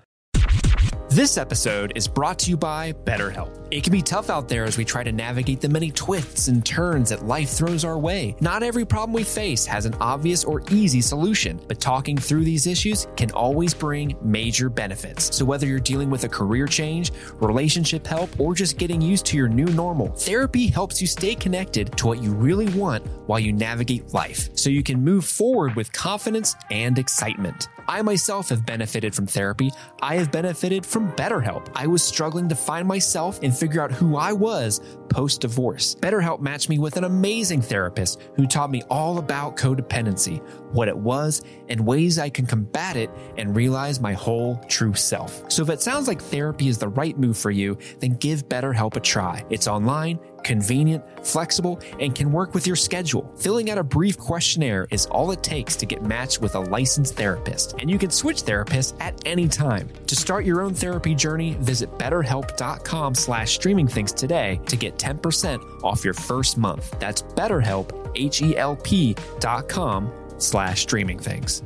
This episode is brought to you by BetterHelp. It can be tough out there as we try to navigate the many twists and turns that life throws our way. Not every problem we face has an obvious or easy solution, but talking through these issues can always bring major benefits. So whether you're dealing with a career change, relationship help, or just getting used to your new normal, therapy helps you stay connected to what you really want while you navigate life so you can move forward with confidence and excitement. I myself have benefited from therapy. I have benefited from BetterHelp. I was struggling to find myself and figure out who I was post divorce. BetterHelp matched me with an amazing therapist who taught me all about codependency, what it was, and ways I can combat it and realize my whole true self. So if it sounds like therapy is the right move for you, then give BetterHelp a try. It's online, convenient, flexible, and can work with your schedule. Filling out a brief questionnaire is all it takes to get matched with a licensed therapist, and you can switch therapists at any time. To start your own therapy journey, visit betterhelp.com slash streaming things today to get 10% off your first month. That's betterhelp, H-E-L-P dot com slash streaming things.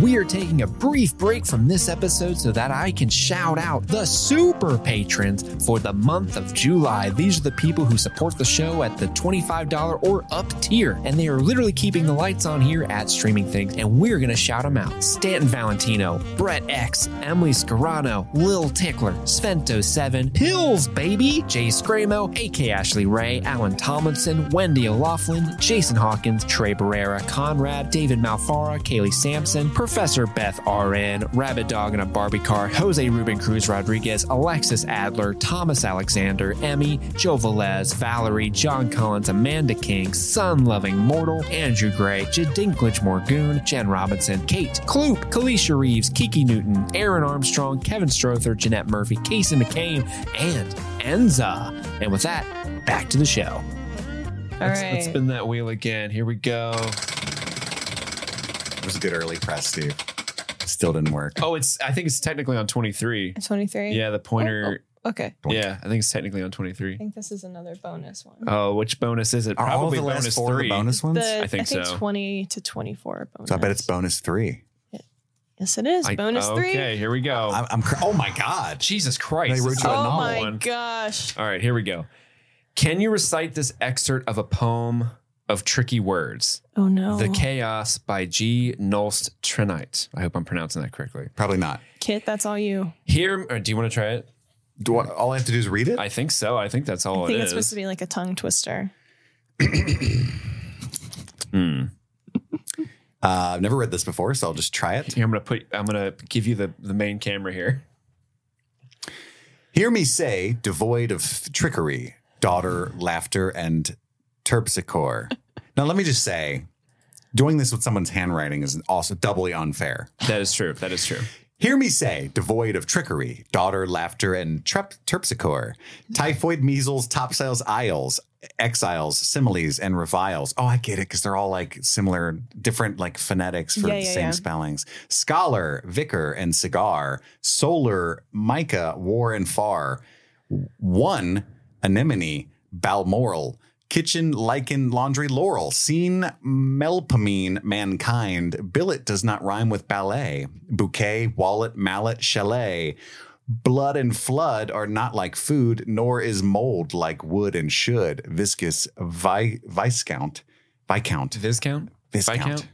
We are taking a brief break from this episode so that I can shout out the super patrons for the month of July. These are the people who support the show at the $25 or up tier, and they are literally keeping the lights on here at Streaming Things, and we're going to shout them out. Stanton Valentino, Brett X, Emily Scarano, Lil Tickler, Svento7, Pills Baby, Jay Scramo, AK Ashley Ray, Alan Tomlinson, Wendy O'Laughlin, Jason Hawkins, Trey Barrera, Conrad, David Malfara, Kaylee Sampson, Professor Beth RN, Rabbit Dog in a Barbie Car, Jose Ruben Cruz Rodriguez, Alexis Adler, Thomas Alexander, Emmy, Joe Velez, Valerie, John Collins, Amanda King, Sun Loving Mortal, Andrew Gray, Jadinklage Morgoon, Jen Robinson, Kate, Kloop, Kalisha Reeves, Kiki Newton, Aaron Armstrong, Kevin Strother, Jeanette Murphy, Casey McCain, and Enza. And with that, back to the show. All right. that wheel again. Here we go. It was a good early press, Steve. Still didn't work. Oh, it's. I think it's technically on twenty three. Twenty three. Yeah, the pointer. Okay. Oh, Yeah, I think it's technically on twenty three. I think this is another bonus one. Oh, which bonus is it? Are all Probably the last bonus four three. the bonus ones? The, I think so. twenty to twenty four bonus. so I bet it's bonus three. Yes, it is I- oh, bonus three. Okay, here we go. I'm, I'm cr- oh my god! Jesus Christ! They wrote this is you a Oh novel my one. gosh. All right, here we go. Can you recite this excerpt of a poem of tricky words? Oh no. The Chaos by G. Nolst Trenite. I hope I'm pronouncing that correctly. Probably not. Kit, that's all you. Here, or do you want to try it? Do I, all I have to do is read it? I think so. I think that's all I think it it's is. supposed to be like a tongue twister. Hmm. Uh, I've never read this before, so I'll just try it. Here, I'm gonna put. I'm gonna give you the the main camera here. Hear me say, devoid of trickery, daughter, laughter, and terpsichore. now, let me just say, doing this with someone's handwriting is also doubly unfair. That is true. That is true. Hear me say, devoid of trickery, daughter, laughter, and trep- terpsichore, typhoid, measles, topsails, aisles, exiles, similes, and reviles. Oh, I get it, because they're all like similar, different like phonetics for Yeah, the yeah, same yeah. spellings. Scholar, vicar, and cigar, solar, mica, war, and far, one, anemone, balmoral, kitchen, lichen, laundry, laurel, scene, melpomene, mankind, billet does not rhyme with ballet, bouquet, wallet, mallet, chalet. Blood and flood are not like food, nor is mold like wood and should. Viscous, vi- viscount, viscount, Viscount. viscount. Viscount?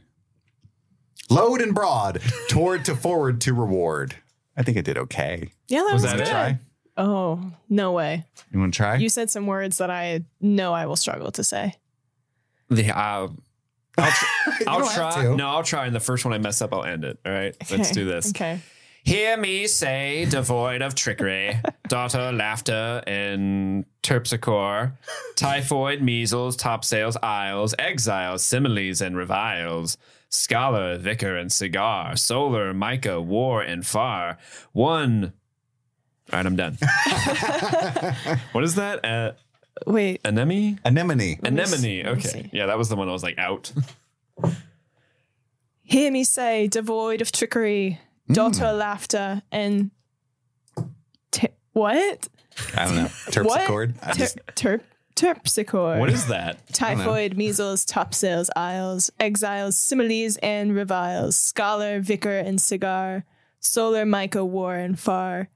Load and broad, toward to forward to reward. I think I did okay. Yeah, that Was was, that Wanna it? good. try? Oh, no way. You want to try? You said some words that I know I will struggle to say. The uh, You I'll don't have try. to. No, I'll try. And the first one I mess up, I'll end it. All right. Let's Okay. do this. Okay. Hear me say, devoid of trickery, daughter, laughter, and terpsichore, typhoid, measles, topsails, isles, exiles, similes, and reviles, scholar, vicar, and cigar, solar, mica, war, and far, one. All right, I'm done. what is that? Uh, Wait. anemone? Anemone. me s- Anemone. let me Okay. see. Yeah, that was the one I was like out. Hear me say, devoid of trickery, Mm. daughter laughter, and te- what? I don't know. What? Terpsichore. I Ter- just- terp- terpsichore. What is that? Typhoid, measles, topsails, isles, exiles, similes, and reviles, scholar, vicar, and cigar, solar, mica, war, and far,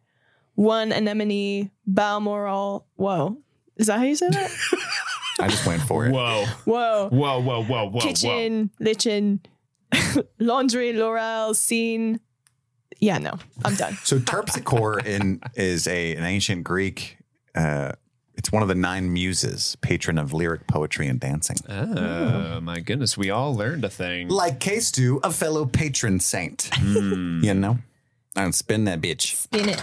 one anemone, balmoral. Whoa. Is that how you say that? I just went for it. Whoa. Whoa. Whoa, whoa, whoa, whoa, whoa. Kitchen, lichen, laundry, laurel, scene. Yeah, no, I'm done. So terpsichore in is a an ancient Greek. Uh, it's one of the nine muses, patron of lyric poetry and dancing. Oh, my goodness. We all learned a thing. Like Caistu, a fellow patron saint. Hmm. You know, and spin that bitch. Spin it.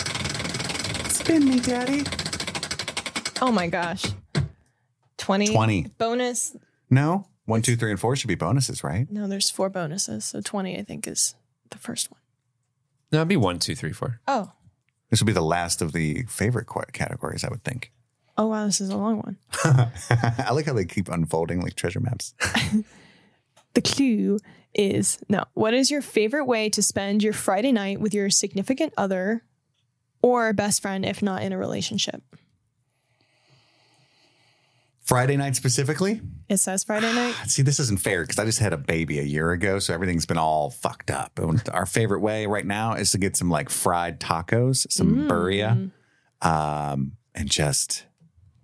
Spin me, daddy. Oh my gosh. 20. 20. Bonus. No, one, two, three, and four should be bonuses, right? No, there's four bonuses. So 20, I think, is the first one. No, it'd be one, two, three, four. Oh. This would be the last of the favorite qu- categories, I would think. Oh, wow. This is a long one. I like how they keep unfolding like treasure maps. The clue is no. What is your favorite way to spend your Friday night with your significant other or best friend if not in a relationship? Friday night specifically. It says Friday night. See, this isn't fair because I just had a baby a year ago, so everything's been all fucked up. And Our favorite way right now is to get some like fried tacos, Mm. some birria, um, and just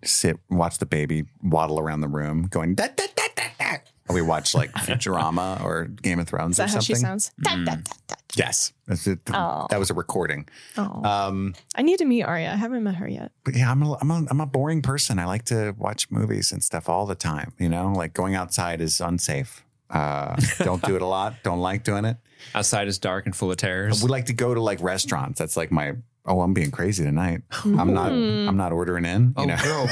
sit, watch the baby waddle around the room, going da da da da da. Or we watch like Futurama or Game of Thrones Is that or how she something. sounds? Da, da, da, da. Yes, That's it. Oh. that was a recording. Oh. Um, I need to meet Arya. I haven't met her yet. but yeah, I'm a, I'm a, I'm a boring person. I like to watch movies and stuff all the time. You know, like going outside is unsafe. Uh, don't do it a lot. Don't like doing it. Outside is dark and full of terrors. We like to go to like restaurants. That's like my oh, I'm being crazy tonight. I'm not. Hmm. I'm not ordering in. You Hmm. Oh, know. girl,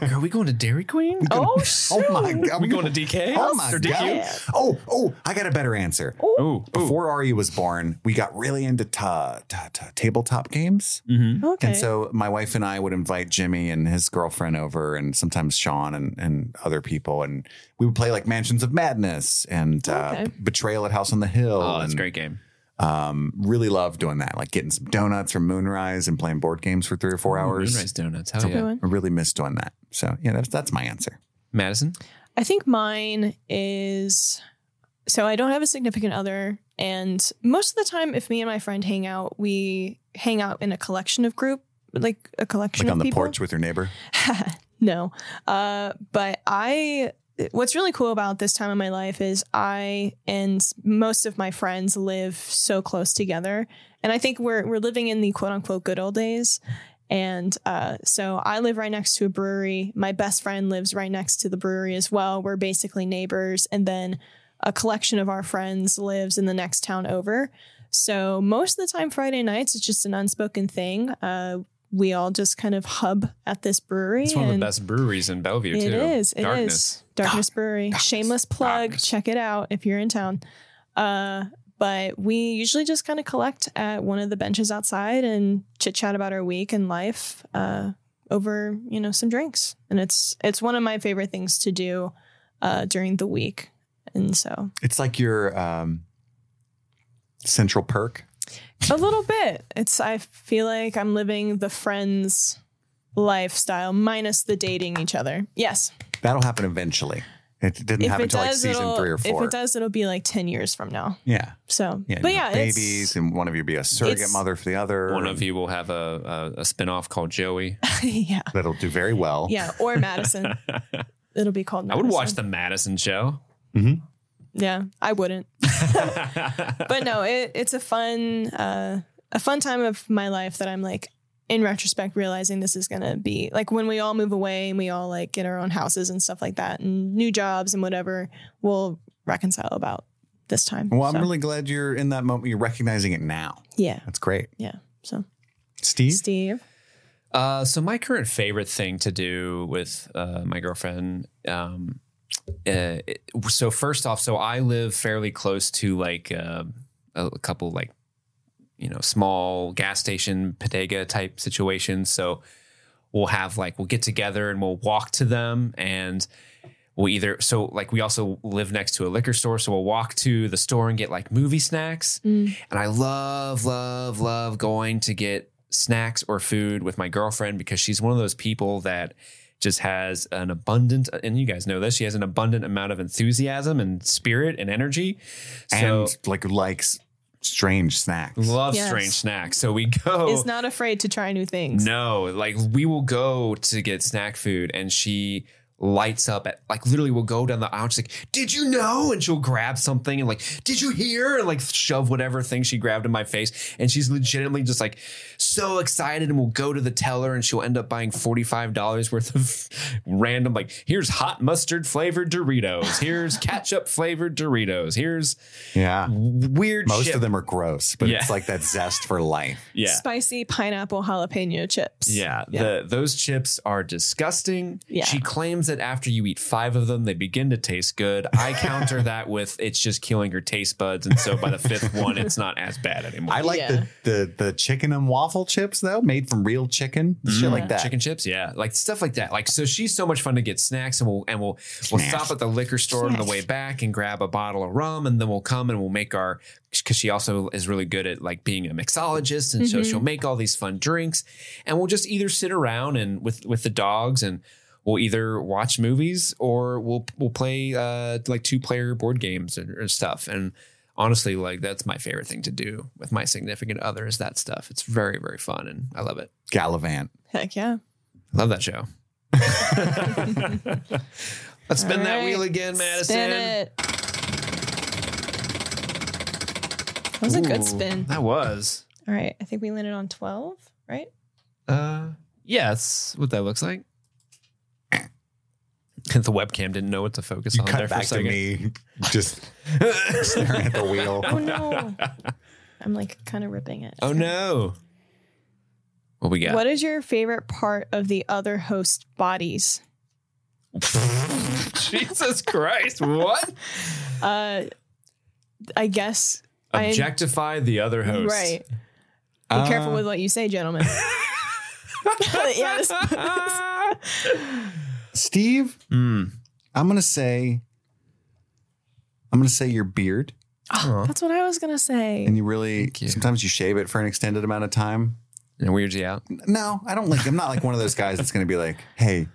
we, girl, we going to Dairy Queen? Oh, shoot. Oh my god. we going to DK? Oh my Or god. DQ? Oh oh, I got a better answer. Ooh, Before Ari was born, we got really into ta- ta- ta- tabletop games. Mm-hmm. Okay. And so my wife and I would invite Jimmy and his girlfriend over, and sometimes Sean and, and other people. And we would play like Mansions of Madness and uh, Oh, Okay. Betrayal at House on the Hill. Oh, that's a and, great game. Um, really love doing that, like getting some donuts from Moonrise and playing board games for three or four hours. Moonrise Donuts. Hell yeah. Good one. I really miss doing that. So yeah, that's that's my answer. Madison? I think mine is so I don't have a significant other. And most of the time, if me and my friend hang out, we hang out in a collection of group, like a collection Like of on the people. porch with your neighbor. no. Uh, but I, what's really cool about this time in my life is I and most of my friends live so close together. And I think we're, we're living in the quote unquote good old days. And uh, so I live right next to a brewery. My best friend lives right next to the brewery as well. We're basically neighbors. And then a collection of our friends lives in the next town over. So most of the time, Friday nights, it's just an unspoken thing. Uh, we all just kind of hub at this brewery. It's one of the and- best breweries in Bellevue, it too. is. It is. Darkness. Darkness. Darkness. Brewery. Darkness. Shameless plug. Darkness. Check it out if you're in town. Uh, but we usually just kind of collect at one of the benches outside and chit chat about our week and life uh, over, you know, some drinks. And it's it's one of my favorite things to do uh, during the week. And so It's like your um, central perk. a little bit. It's I feel like I'm living the friends lifestyle minus the dating each other. Yes. That'll happen eventually. It didn't happen until like season it'll- three or if four. it does, it'll be like ten years from now. yeah. So, Yeah. but you yeah, have babies, babies. and one of you be a surrogate it's- mother for the other. One of you will have a, a, a spinoff called Joey. yeah, That'll do very well. yeah, or Madison. I It'll be called. Madison. would watch the Madison show. Yeah, I wouldn't. But no, it, it's a fun, uh, a fun time of my life that I'm like, in retrospect, realizing this is gonna be like when we all move away and we all like get our own houses and stuff like that and new jobs and whatever. We'll reconcile about this time. Well, I'm So, really glad you're in that moment. You're recognizing it now. yeah. That's great. Yeah. So, Steve? Steve, Uh, so my current favorite thing to do with uh, my girlfriend. Um, uh, it- so first off, so I live fairly close to like um a, a couple like you know small gas station bodega type situations. So we'll have like we'll get together and we'll walk to them and we'll either so like we also live next to a liquor store so we'll walk to the store and get like movie snacks Mm. and i love love love going to get snacks or food with my girlfriend because she's one of those people that just has an abundant and you guys know this she has an abundant amount of enthusiasm and spirit and energy so and like likes strange snacks. love Yes. strange snacks so we go is not afraid to try new things. no, like we will go to get snack food and she lights up at like literally we'll go down the aisle. She's like, Did you know? And she'll grab something and like, Did you hear? And like shove whatever thing she grabbed in my face. And she's legitimately just like so excited. And we'll go to the teller and she'll end up buying $45 worth of random, like, here's hot mustard flavored Doritos, here's ketchup flavored Doritos, here's Yeah. weird Most shit. of them are gross, but Yeah. it's like that zest for life. Yeah. Spicy pineapple jalapeno chips. Yeah, Yeah. The, those chips are disgusting. Yeah. She claims that after you eat five of them, they begin to taste good. I counter that with it's just killing your taste buds, and so by the fifth one, it's not as bad anymore. I like Yeah. the, the the chicken and waffle chips though, made from real chicken, shit Mm. like that. Chicken chips, yeah, like stuff like that. Like so, she's so much fun to get snacks, and we'll and we'll we'll Snacks. stop at the liquor store on the Snacks. way back and grab a bottle of rum, and then we'll come and we'll make our because she also is really good at like being a mixologist, and so Mhm. she'll make all these fun drinks, and we'll just either sit around and with with the dogs and. We'll either watch movies or we'll we'll play uh, like two player board games and or stuff. And honestly, like that's my favorite thing to do with my significant other is that stuff. It's very very fun and I love it. Gallivant. Heck yeah. Love that show. Let's spin All that right. wheel again, Madison. Spin it. That was a Ooh, good spin. That was. All right. I think we landed on 12, right? Uh, yeah, that's what that looks like. the webcam didn't know what to focus You on there cut for a back to second. me just staring at the wheel. Oh, no. I'm like kind of ripping it. oh no. What we got? What is your favorite part of the other host bodies? Jesus Christ. What? Uh, I guess. I- Objectify the other host. Uh, Right. Be careful with what you say, gentlemen. yeah, this- Steve, Hmm. I'm gonna say I'm gonna say your beard. Aw. Ah, that's what I was gonna say. And you really you. sometimes you shave it for an extended amount of time. And it weirds you out. No, I don't like. I'm not like one of those guys that's going to be like, "Hey,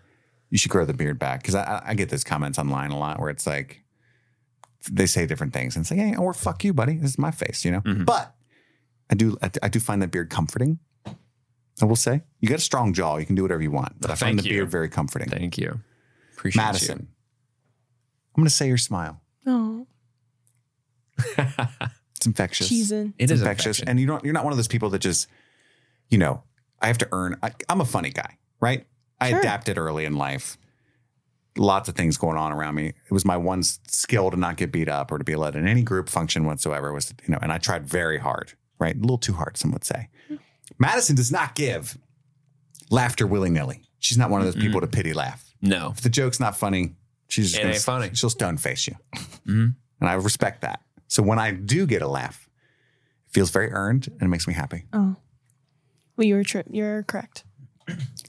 you should grow the beard back." Because I, I, I get those comments online a lot where it's like they say different things and it's like, "Hey, or fuck you, buddy. This is my face," you know. Mhm. But I do, I, I do find that beard comforting. I will say, you got a strong jaw. You can do whatever you want, but I find Thank the you. beard very comforting. Thank you. Appreciate Madison, I'm going to say your smile. Oh, you. It's infectious. cheesing. It it's is infectious. infection. and you don't you're not one of those people that just you know I have to earn. I, I'm a funny guy, right? I Sure. adapted early in life. Lots of things going on around me. It was my one s- skill to not get beat up or to be let in any group function whatsoever. Was you know, and I tried very hard, right? A little too hard, some would say. Madison does not give laughter willy nilly. She's not one of those people to pity laugh. No. If the joke's not funny, she's just It gonna, ain't funny. She'll stone face you, Mhm. and I respect that. So when I do get a laugh, it feels very earned and it makes me happy. Oh, well, you were tri- you're correct.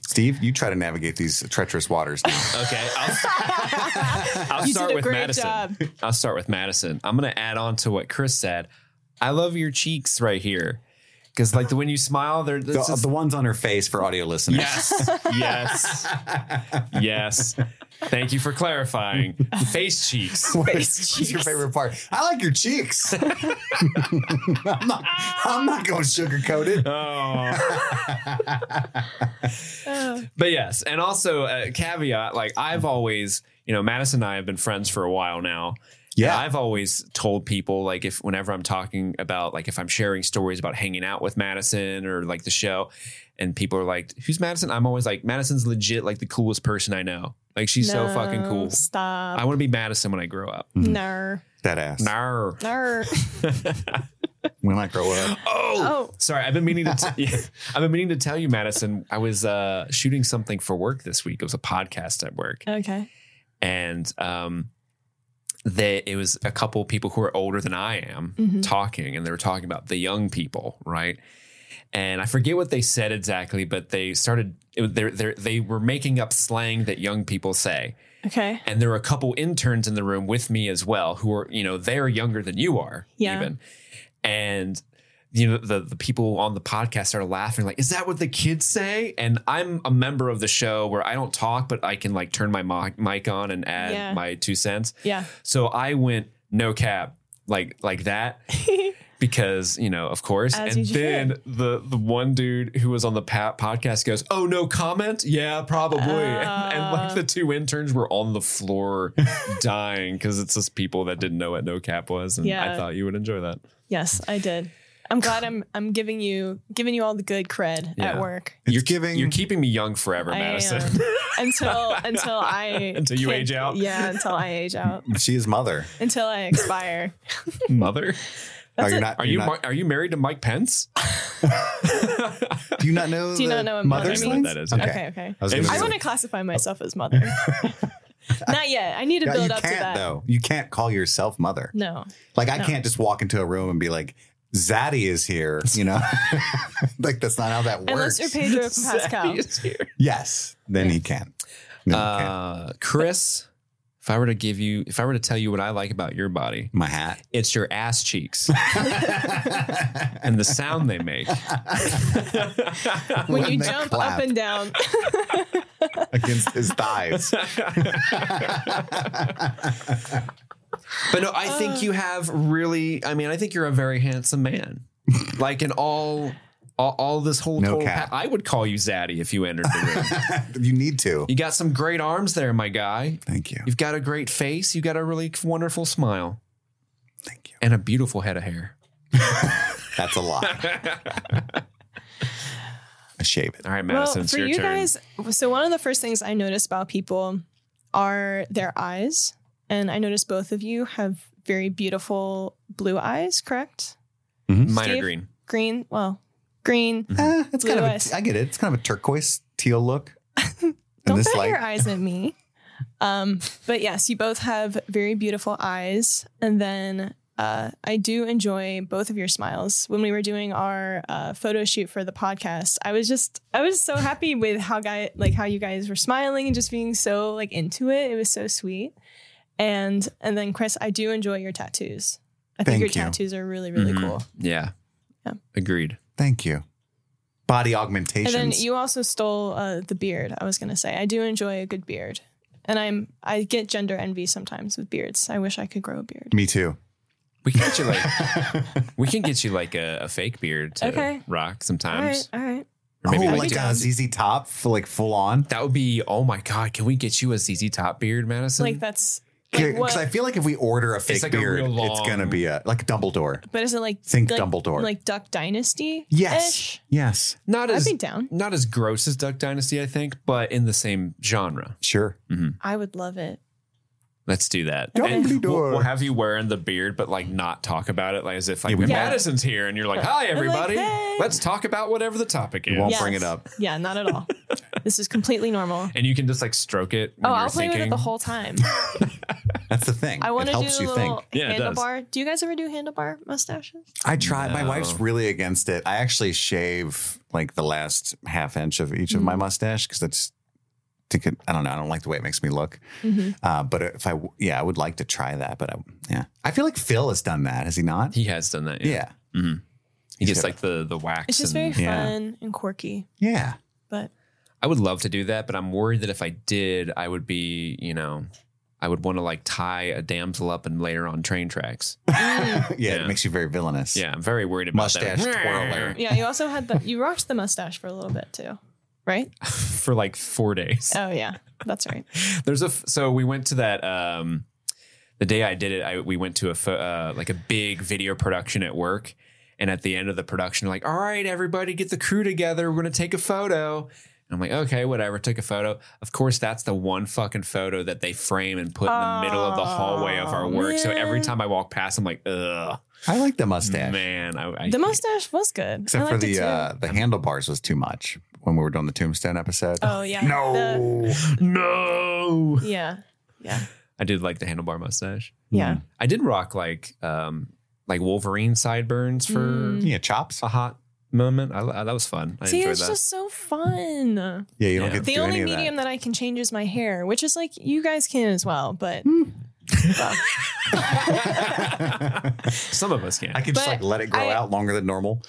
Steve, you try to navigate these treacherous waters now. Okay. I'll, I'll You start did a with great Madison. job. I'll start with Madison. I'm gonna add on to what Chris said. I love your cheeks right here, because like the when you smile, they're the, it's just- the ones on her face for audio listeners. yes, yes, yes. Thank you for clarifying. Face cheeks. What Face is- what's your cheeks. favorite part? I like your cheeks. I'm not. I'm not going sugarcoat it. Oh. Oh, But yes, and also uh, caveat, like I've always, you know, Madison and I have been friends for a while now. Yeah. And I've always told people like if whenever I'm talking about like if I'm sharing stories about hanging out with Madison or like the show, and people are like, "Who's Madison?" I'm always like, "Madison's legit like the coolest person I know. Like she's so no, fucking cool. Stop. I want to be Madison when I grow up." Nar. That ass. Nar. Nar. When I grow up. Oh. Sorry, I've been meaning to. T- yeah, I've been meaning to tell you, Madison. I was uh, shooting something for work this week. It was a podcast at work, Oh, Okay. and um, they it was a couple people who are older than I am Mhm. talking, and they were talking about the young people, right? And I forget what they said exactly, but they started they they they were making up slang that young people say, Okay. and there were a couple interns in the room with me as well who are you know they're younger than you are Yeah. even and you know the the people on the podcast are laughing like is that what the kids say and i'm a member of the show where i don't talk but i can like turn my mo- mic on and add Yeah. my two cents Yeah. so i went no cap like like that because you know of course As and you then the the one dude who was on the pa- podcast goes oh no comment yeah probably and, and, like Uh. the two interns were on the floor dying because it's just people that didn't know what no cap was and i Yeah. thought you would enjoy that yes, I did. I'm glad I'm I'm giving you giving you all the good cred Yeah. at work You're giving. you're keeping me young forever I madison until until I Until you can't- age out? Yeah, until I age out. she is mother. Until I expire. mother Are you Oh, not? are you Not, mar- are you married to mike pence do you not know? Do you the not know what mother mother's means? lines? That is, yeah. Okay. Okay, okay. I was It gonna was- say- I want to classify myself as mother. Not yet. I need to Yeah, build you up to that. can't though. You can't call yourself mother. No. Like I No. can't just walk into a room and be like, "Zaddy is here," you know. like that's not how that works. Unless you're Pedro Pascal. Is here. yes, then he can. Then he can. Uh, chris if i were to give you if i were to tell you what i like about your body My hat. it's your ass cheeks and the sound they make. When, when you they jump clap. up and down. against his thighs. but no, I think you have really. I mean, I think you're a very handsome man. Like in all, all, all this whole No total. cap. pa- I would call you Zaddy if you entered the room. you need to. you got some great arms there, my guy. Thank you. You've got a great face. You got a really wonderful smile Thank you. and a beautiful head of hair. That's a lot. I shave it. All right, well, Madison, it's for your you turn. guys, so one of the first things I notice about people are their eyes. And I notice both of you have very beautiful blue eyes, correct? Mine are Steve? green. Green, well, green. Eh, it's kind Blue of. eyes. A, I get it. It's kind of a turquoise teal look. Don't bat your eyes at me. Um, but yes, you both have very beautiful eyes. And then uh, I do enjoy both of your smiles. When we were doing our uh, photo shoot for the podcast, I was just I was so happy with how guy like how you guys were smiling and just being so like into it. It was so sweet. And and then Chris, I do enjoy your tattoos. I think Thank your you. Mm-hmm. tattoos are really really Mhm. cool. Yeah. Yeah. Agreed. Thank you. Body And augmentations. then you also stole uh, the beard. I was gonna say I do enjoy a good beard, and I'm I get gender envy sometimes with beards. I wish I could grow a beard. Me too. We can get you like we can get you like a, a fake beard to Okay. rock All right, sometimes. all right. Oh, Or maybe like like a ZZ Top, f- like full on. that would be oh my god, can we get you a ZZ Top beard, Madison? Like that's Like Because what- I feel like if we order a fake like a beard, real it's gonna long- be a like Dumbledore. But is it like Think like, Dumbledore. like Duck Dynasty? yes, yes, Not I'd as be down. not as gross as Duck Dynasty, I think, but in the same genre. sure. I would love it. Let's do that. Dumbledore. And We'll, we'll have you wearing the beard, but like not talk about it, like as if like Yeah, we won't. Madison's here, and you're like, "Hi, like, everybody, "Hey." let's talk about whatever the topic We is," won't Yes. bring it up. Yeah, not at all. this is completely normal. and you can just like stroke it. When oh, you're I'll play thinking. with it the whole time. That's the thing. I want it to do helps the you little think. Yeah, it does. handlebar. Do you guys ever do handlebar mustaches? I tried. My No. wife's really against it. I actually shave like the last half inch of each of Mm. my mustache because that's. Think it, I don't know. I don't like the way it makes me look. Mm-hmm. Uh, but if I, w- yeah, I would like to try that. But I, yeah, I feel like Phil has done that. Has he not? He has done that. yeah, He gets Yeah. like the the wax. It's just very and- Yeah. fun and quirky, yeah. but I would love to do that, but I'm worried that if I did, I would be, you know, I would want to like tie a damsel up and lay her on train tracks. Mm. yeah, Yeah. It makes you very villainous. Yeah, I'm very worried about that. Mustache twirler. yeah. You also had the you rocked the mustache for a little bit too, right? for like four days. Oh yeah, that's right. There's a f- so we went to that um the day I did it. I we went to a pho- uh, like a big video production at work, and at the end of the production, like, all right, everybody, get the crew together. We're gonna take a photo. And I'm like, okay, whatever. Took a photo. Of course, that's the one fucking photo that they frame and put in the middle of the hallway of our Oh, work. So man. every time I walk past, I'm like, ugh, I like the mustache. man. I, I The mustache was good. I Except for liked it, the too. uh, the handlebars was too much when we were doing the tombstone episode. oh yeah, the- no. no. yeah, yeah, I did like the handlebar mustache. yeah. I did rock like um like Wolverine sideburns for Mm. Yeah, chops. a hot moment. I, I- that was fun. I See, enjoyed it's that. just so fun. The Yeah, you don't Yeah. get to do only any of medium that. that. I can change is my hair, which is like you guys can as well, but Some of us can. I can just But like let it grow I- out longer than normal.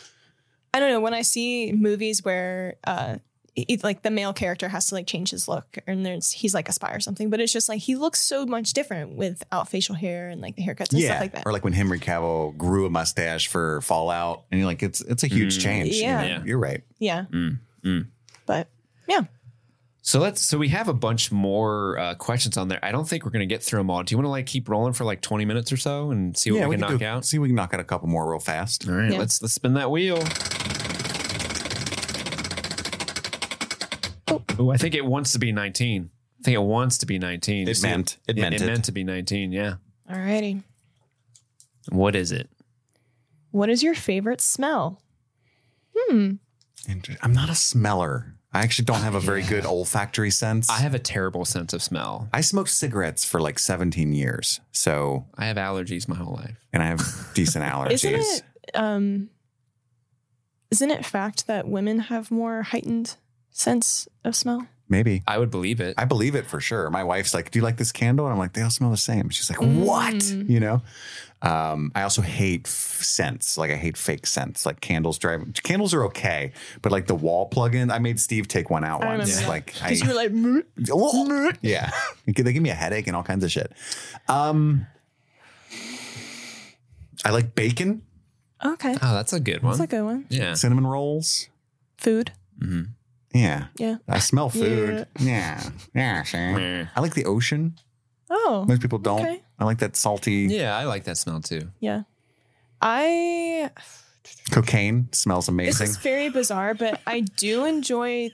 I don't know. When I see movies where uh, it, like the male character has to like change his look, and there's he's like a spy or something, but it's just like he looks so much different without facial hair and like the haircuts and stuff like that. or like when Henry Cavill grew a mustache for Fallout, and you're like, it's it's a huge Mm. change. you Yeah. know? Yeah. you're right. yeah, Mm, mm. but So let's. So we have a bunch more uh, questions on there. I don't think we're gonna get through them all. Do you want to like keep rolling for like twenty minutes or so and see what yeah, we, can knock do- out? See, if we can knock out a couple more real fast. All right, Yeah. let's let's spin that wheel. Oh. Oh, I think it wants to be nineteen. I think it wants to be nineteen. It See, meant it it, meant it it. meant to be nineteen. Yeah. alrighty. What is it? What is your favorite smell? Hmm. Inter- I'm not a smeller. I actually don't have a very good olfactory sense. I have a terrible sense of smell. I smoked cigarettes for like 17 years, so I have allergies my whole life. and I have decent allergies. Isn't it? Um, isn't it fact that women have more heightened sense of smell? Maybe. I would believe it. I believe it for sure. My wife's like, "Do you like this candle?" And I'm like, "They all smell the same." She's like, "What?" Mm. You know. Um, I also hate f- scents. Like I hate fake scents. Like candles drive. Candles are okay, but like the wall plug-in, I made Steve take one out I once. remember that. Like I, Because you were like, "Mm-hmm." yeah, they give me a headache and all kinds of shit. Um, I like bacon, okay, oh, that's a good one. that's a good one. yeah. cinnamon rolls. Food. hmm Yeah, Yeah. I smell food. Yeah, yeah, sure. Mm-hmm. I like the ocean. Oh. Most people don't. Okay. I like that salty Yeah, I like that smell too. Yeah. I cocaine. Smells this amazing. is very bizarre, but I do enjoy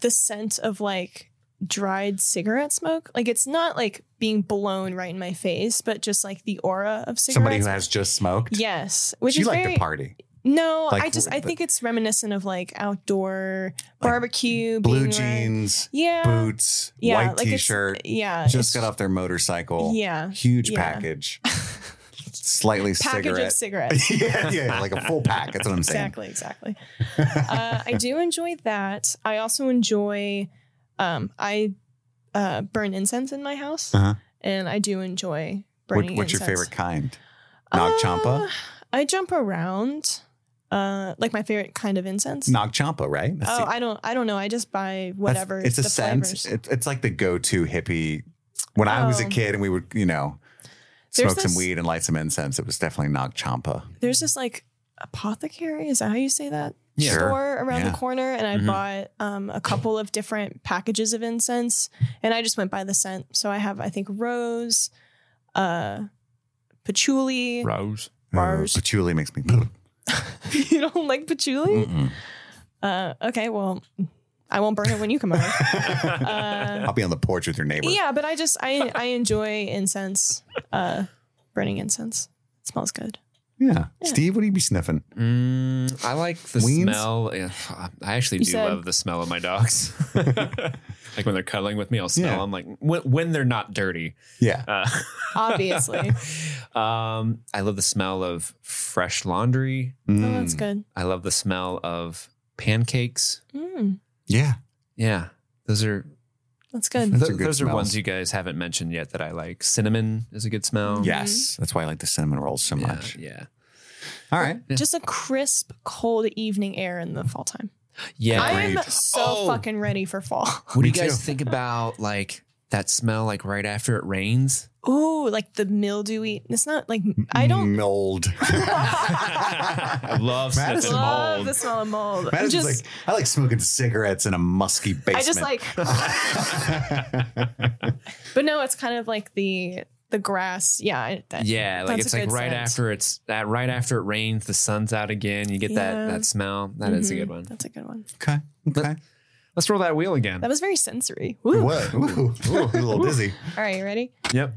the scent of like dried cigarette smoke. Like it's not like being blown right in my face, but just like the aura of cigarettes. Somebody who has just smoked. yes, which you is like very to party. no. Like, I just I the- think it's reminiscent of like outdoor barbecue, Blue being around- jeans, yeah, boots, yeah, white like it's- t-shirt. yeah, Just it's- got off their motorcycle. yeah, Huge yeah. package. Slightly package of cigarette. cigarettes. yeah, yeah, like a full pack. That's what I'm saying. Exactly, exactly. uh, I do enjoy that. I also enjoy. Um, I uh, burn incense in my house, Uh-huh. and I do enjoy What- burning. what's your incense. favorite kind? Nag Champa? Uh, I jump around. Uh, like my favorite kind of incense. Nag Champa, right? That's oh, the- I don't. I don't know. I just buy that's- whatever. It's a the sense. flavors. It, it's like the go-to hippie. When I was a Oh. kid and we would, you know, There's smoke some this- weed and light some incense, it was definitely Nag Champa. There's this like apothecary. Is that how you say that? Yeah. Sure. Store around Yeah. Mm-hmm. the corner, and I Mhm. bought um, a couple of different packages of incense, and I just went by the scent. So I have, I think, rose, uh, patchouli. Rose. Bars. Uh, patchouli makes me. you don't like patchouli? Mm-mm. Uh, okay, well, I won't burn it when you come over. Uh, I'll be on the porch with your neighbor. yeah, but I just I I enjoy incense, uh, burning incense. It smells good. Yeah. Yeah. Steve, what do you be sniffing? Mm, I like the Weens? smell. yeah, I actually You do said- love the smell of my dogs. like when they're cuddling with me, I'll smell Yeah. them. Like when, when they're not dirty. Yeah. Uh, Obviously, um, I love the smell of fresh laundry. oh, that's Mm. good. I love the smell of pancakes. Mm, Yeah. Yeah, those are that's good. Those th- are good those are smells. ones you guys haven't mentioned yet that I like. Cinnamon is a good Mm-hmm. smell. Yes. That's why I like the cinnamon rolls so Yeah, much. Yeah. All right. Yeah. Just a crisp, cold evening air in the fall time. Yeah. I am Agreed. so Oh. fucking ready for fall. what do Me you guys too. think about like that smell like right after it rains? Ooh, like the mildewy. It's not like I don't Mold. I love Madison- sniffing love mold. the smell of mold. I Madison's just, like, I like smoking cigarettes in a musky basement. I just like, but no, it's kind of like the the grass. Yeah, I- that, yeah, like That's it's a like good right scent. after it's that right after it rains, the sun's out again. You get Yeah. that that smell. That is a Mhm. good one. Hmm. That's a good one. okay. Okay. Let's roll that wheel again. That was very sensory. Woo. What? Ooh, ooh, a little dizzy. All right, you ready? Yep.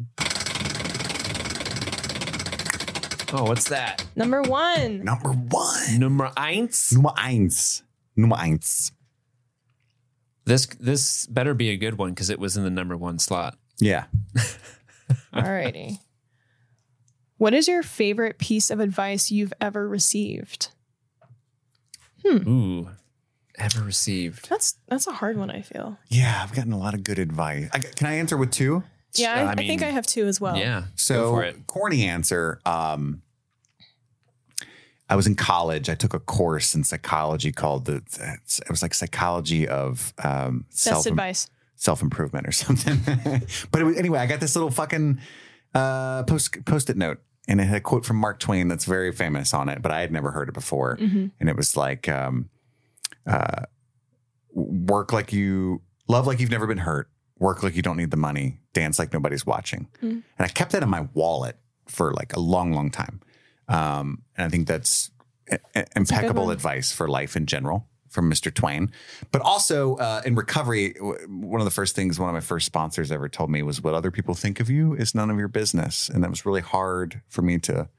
Oh, what's that? Number one. Number one. Number eins. Nummer eins. Nummer eins. This this better be a good one because it was in the number one slot. Yeah. All righty. What is your favorite piece of advice you've ever received? Hmm. Ooh, ever received? That's that's a hard one. I feel. Yeah. I've gotten a lot of good advice. I, can I answer with two? Yeah, Uh, I, I I think mean, I have two as well. yeah. So Go for it. corny answer. Um, I was in college. I took a course in psychology called the. It was like psychology of um, Best self advice. self improvement or something. but it was, anyway, I got this little fucking uh, post post it note, and it had a quote from Mark Twain that's very famous on it, but I had never heard it before, Mhm. and it was like, um, uh, work like you love like you've never been hurt, work like you don't need the money, dance like nobody's watching, Mm. and I kept that in my wallet for like a long, long time, um, and I think that's i- i- impeccable one. advice for life in general from Mr. Twain. But also uh, in recovery, w- one of the first things one of my first sponsors ever told me was, "What other people think of you is none of your business," and that was really hard for me to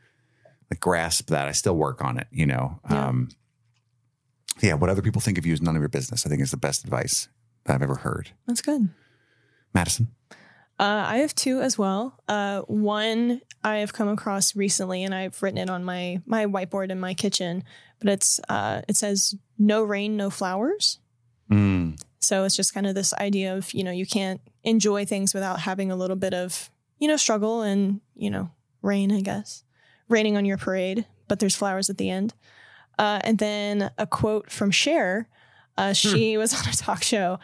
like grasp that. I still work on it, you know. Yeah. Um, yeah, what other people think of you is none of your business. I think is the best advice that I've ever heard. That's good. Madison, Uh, I have two as well. Uh, one I have come across recently, and I've written it on my my whiteboard in my kitchen. But it's uh, it says "No rain, no flowers." Mm, So it's just kind of this idea of you know you can't enjoy things without having a little bit of you know struggle and you know rain, I guess, raining on your parade. But there's flowers at the end. Uh, and then a quote from Cher. Uh, she was on a talk show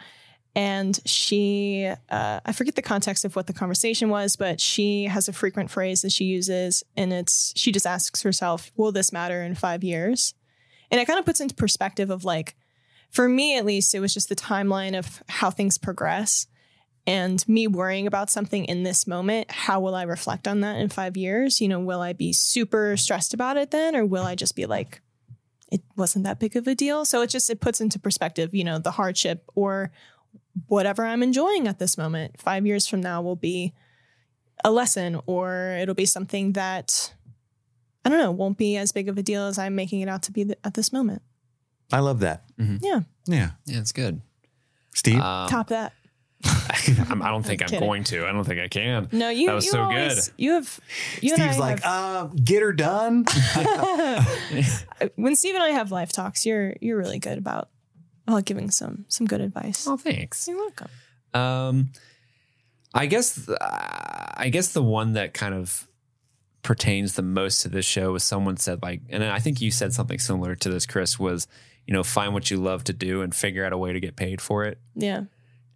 and she uh, i forget the context of what the conversation was but she has a frequent phrase that she uses and it's she just asks herself will this matter in five years and it kind of puts into perspective of like for me at least it was just the timeline of how things progress and me worrying about something in this moment how will i reflect on that in five years you know will i be super stressed about it then or will i just be like it wasn't that big of a deal so it just it puts into perspective you know the hardship or whatever I'm enjoying at this moment, five years from now will be a lesson or it'll be something that I don't know, won't be as big of a deal as I'm making it out to be th- at this moment. I love that. Mhm. Yeah. Uh, yeah. Yeah, it's good. Steve, Um, Top that. I'm- I don't think I'm, Kidding. going to. I don't think I can. No, you, that was you so always, good. you have, you Steve's and I like, have, uh, get her done. when Steve and I have life talks, you're, you're really good about well, giving some, some good advice. Oh, thanks. You're welcome. Um, I guess th- I guess the one that kind of pertains the most to this show is someone said like, and I think you said something similar to this, Chris. Was you know find what you love to do and figure out a way to get paid for it. Yeah.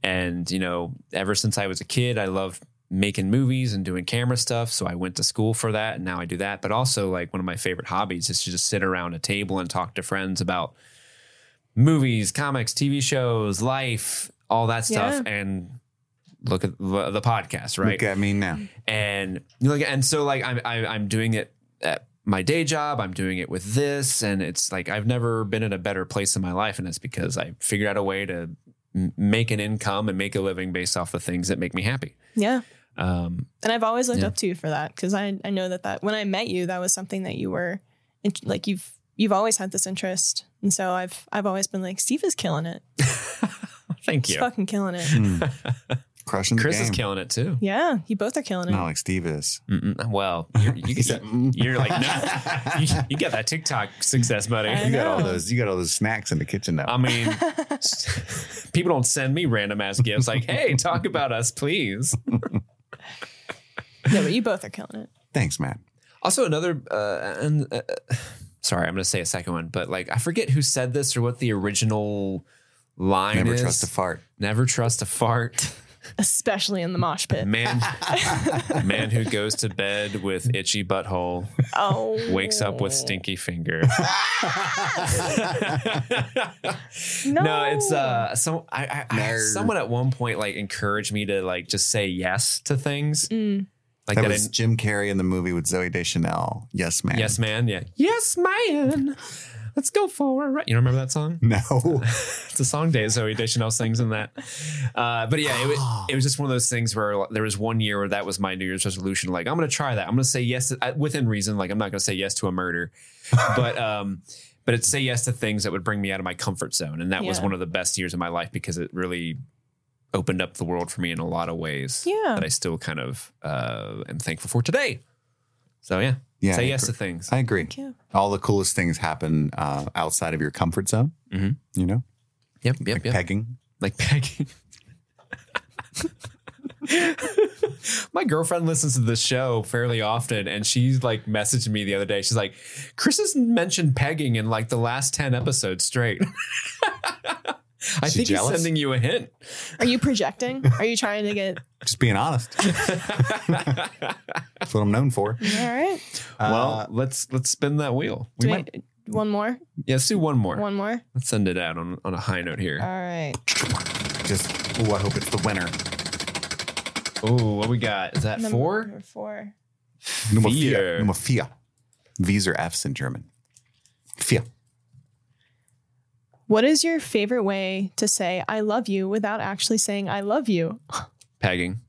And you know, ever since I was a kid, I loved making movies and doing camera stuff. So I went to school for that, and now I do that. But also, like one of my favorite hobbies is to just sit around a table and talk to friends about movies, comics, TV shows, life, all that stuff. And look at the the podcast, right? Look at me now. and you know, like and so like I'm I, I'm doing it at my day job i'm doing it with this and it's like i've never been in a better place in my life and it's because i figured out a way to m- make an income and make a living based off the things that make me happy Yeah. um, And I've always looked Yeah. up to you for that because I, I know that that when I met you, that was something that you were int- like you've you've always had this interest, and so I've I've always been like Steve is killing it. thank He's you fucking killing it. Hmm. Crushing the chris is game. killing it too Yeah, you both are killing it. Not like Steve is. Mm-mm. well you're, you, He said, mm. you're like no you, you got that tiktok success buddy I You got all know. those. You got all those snacks in the kitchen now. i mean people don't send me random ass gifts like hey talk about us please no, but you both are killing it. Thanks, Matt. Also, another uh, and uh, sorry, I'm going to say a second one, but like I forget who said this or what the original line Never is. trust a fart. Never trust a fart. Especially in the mosh A pit. Man, a man who goes to bed with itchy butthole Oh, wakes up with stinky finger. No, No, it's uh, some I, I, I Nerd. someone at one point like encouraged me to like just say yes to things Mm. like that, that. was in- Jim Carrey in the movie with Zoe Deschanel. Yes, man. yes, man. Yeah, yes, man. Let's go for a ride. You don't remember that song? No. it's a song day, Zoe Deschanel sings in that. Uh, but yeah, it, wa- it was just one of those things where there was one year where that was my New Year's resolution. Like, I'm going to try that. I'm going to say yes I- within reason. Like, I'm not going to say yes to a murder, but um, but it's say yes to things that would bring me out of my comfort zone, and that was Yeah. one of the best years of my life because it really opened up the world for me in a lot of ways Yeah. that I still kind of uh, am thankful for today. So yeah, Yeah. say I yes to agree. things. I agree. Yeah. All the coolest things happen uh, outside of your comfort zone. Mhm. You know, yep, yep, like yep. pegging. like pegging. My girlfriend listens to this show fairly often, and she's like messaged me the other day. She's like, "Chris has mentioned pegging in like the last ten episodes straight." I She think jealous? he's sending you a hint. Are you projecting? Are you trying to get Just being honest. That's what I'm known for. Uh, all right? well, Uh, let's let's spin that wheel. We Do might, we- one more, yeah, let's do one more. one more. Let's send it out on, on a high note All here. right. Just, oh, I hope it's the winner. oh, what we got? Is that Uh, Number- four? number four. Nummer Fear. vier. Nummer vier. V's or F's in German. Vier. What is your favorite way to say I love you without actually saying I love you? Pegging.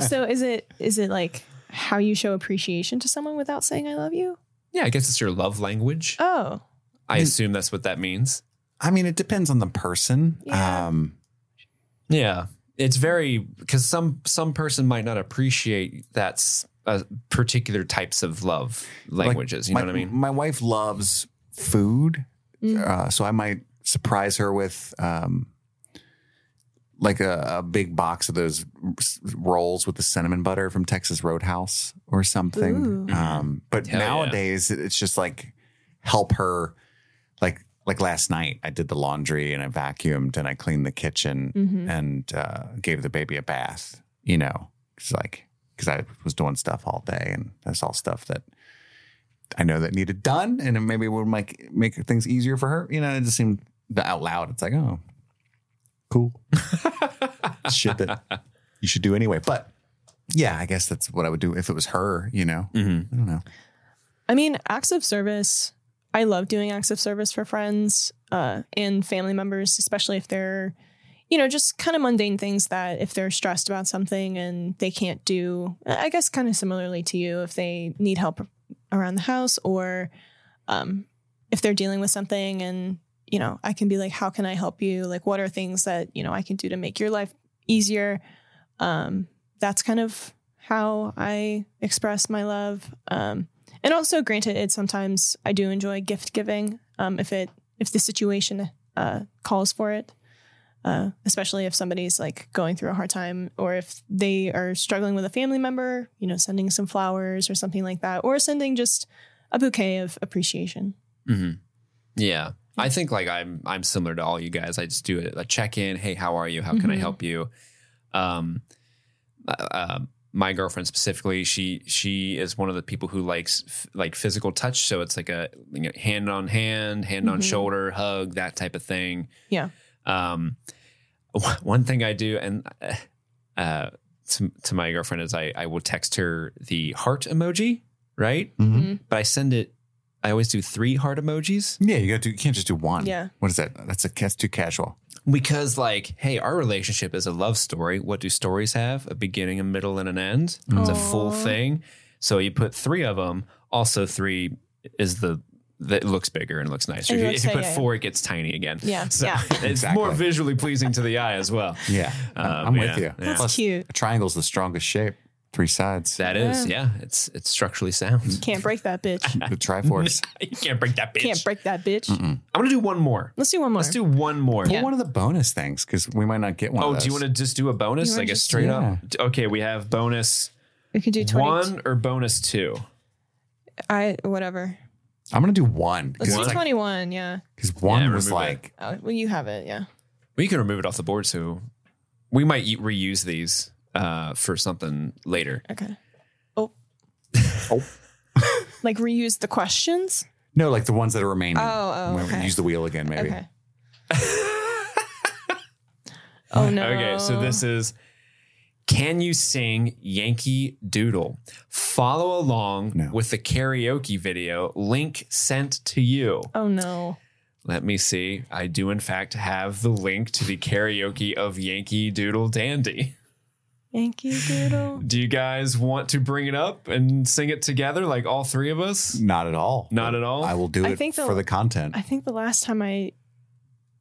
so is it is it like how you show appreciation to someone without saying I love you? Yeah, I guess it's your love language. Oh, I assume that's what that means. I mean, it depends on the person. Yeah. Um, Yeah, it's very because some some person might not appreciate that s- uh, particular types of love languages. you know my, what I mean? My wife loves food, Mm. uh, so I might surprise her with um, like a, a big box of those s- rolls with the cinnamon butter from Texas Roadhouse or something. Ooh. Um, but Mm-hmm. Hell yeah. nowadays, it- it's just like help her, like like last night, I did the laundry and I vacuumed and I cleaned the kitchen hmm and uh, gave the baby a bath. You know, it's like because I was doing stuff all day, and that's all stuff that I know that needed done, and it maybe would make make things easier for her. You know, it just seemed the out loud. It's like, oh, cool shit that you should do anyway. But yeah, I guess that's what I would do if it was her. You know, Mhm. I don't know. I mean, acts of service. I love doing acts of service for friends uh, and family members, especially if they're, you know, just kind of mundane things that if they're stressed about something and they can't do. I guess kind of similarly to you, if they need help around the house or um, if they're dealing with something and you know, I can be like, how can I help you? Like, what are things that you know I can do to make your life easier? Um, that's kind of how I express my love. Um, and also granted it sometimes i do enjoy gift giving um, if it if the situation uh, calls for it uh, especially if somebody's like going through a hard time or if they are struggling with a family member you know sending some flowers or something like that or sending just a bouquet of appreciation hmm Yeah, I think like I'm I'm similar to all you guys. I just do a, a check in. Hey, how are you? How can I Mhm. help you? Um, uh, uh, my girlfriend specifically, she she is one of the people who likes f- like physical touch. So it's like a you know, hand on hand, hand on Mhm. shoulder, hug, that type of thing. Yeah. Um, one thing I do, and uh, uh, to, to my girlfriend is I, I will text her the heart emoji, right? Mhm. But I send it. I always do three heart emojis Yeah, you got to. You can't just do one. Yeah. What is that? That's a that's too casual. because, like, hey, our relationship is a love story. What do stories have? A beginning, a middle, and an end. It's a full Aw. thing. So you put three of them. Also, three is the that looks bigger and looks nicer. It If you- looks- if you put yeah, yeah. four, it gets tiny again. Yeah, So yeah. it's more Exactly. visually pleasing to the eye as well. Yeah, Um, I'm I'm yeah, with you. yeah. That's cute. A triangle's the strongest shape. Three sides. That is, yeah. It's it's structurally sound. Can't break that bitch. the Triforce. you can't break that bitch. Can't break that bitch. I'm gonna do one more. Let's do one more. Let's do one more. Pull one of the bonus things because we might not get one. Oh, of those. do you want to just do a bonus? You wanna Like a just- straight up. Okay, we have bonus we could do 20. one or bonus two. I whatever. I'm gonna do one Let's because do one, twenty one. Yeah. one Yeah, was remove it. like Oh, well, you have it. Yeah. We can remove it off the board, so we might e- reuse these uh, for something later. Okay. Oh. Oh. like reuse the questions. no, like the ones that are remaining. Oh, oh, We okay. Use the wheel again, maybe. Okay. oh no. Okay, so this is Can you sing Yankee Doodle? Follow along No. with the karaoke video link sent to you. Oh no. Let me see. I do, in fact, have the link to the karaoke of Yankee Doodle Dandy. Yankee Doodle. Do you guys want to bring it up and sing it together, like all three of us? Not at all. Not at all? I will do I it think the- for the content. I think the last time I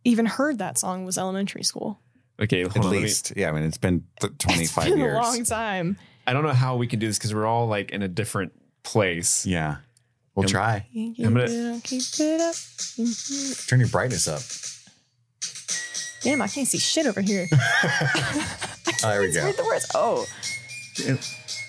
even heard that song was elementary school. Okay, at hold on, let me- least, yeah. I mean, it's been th- 25 it's been years. a long time. I don't know how we can do this because we're all like in a different place. Yeah, we'll Am- try. Yankee I'm gonna- Doodle, keep it up. Mhm. Turn your brightness up. Damn, I can't see shit over here. Oh, there we Let's go. read the words. Oh,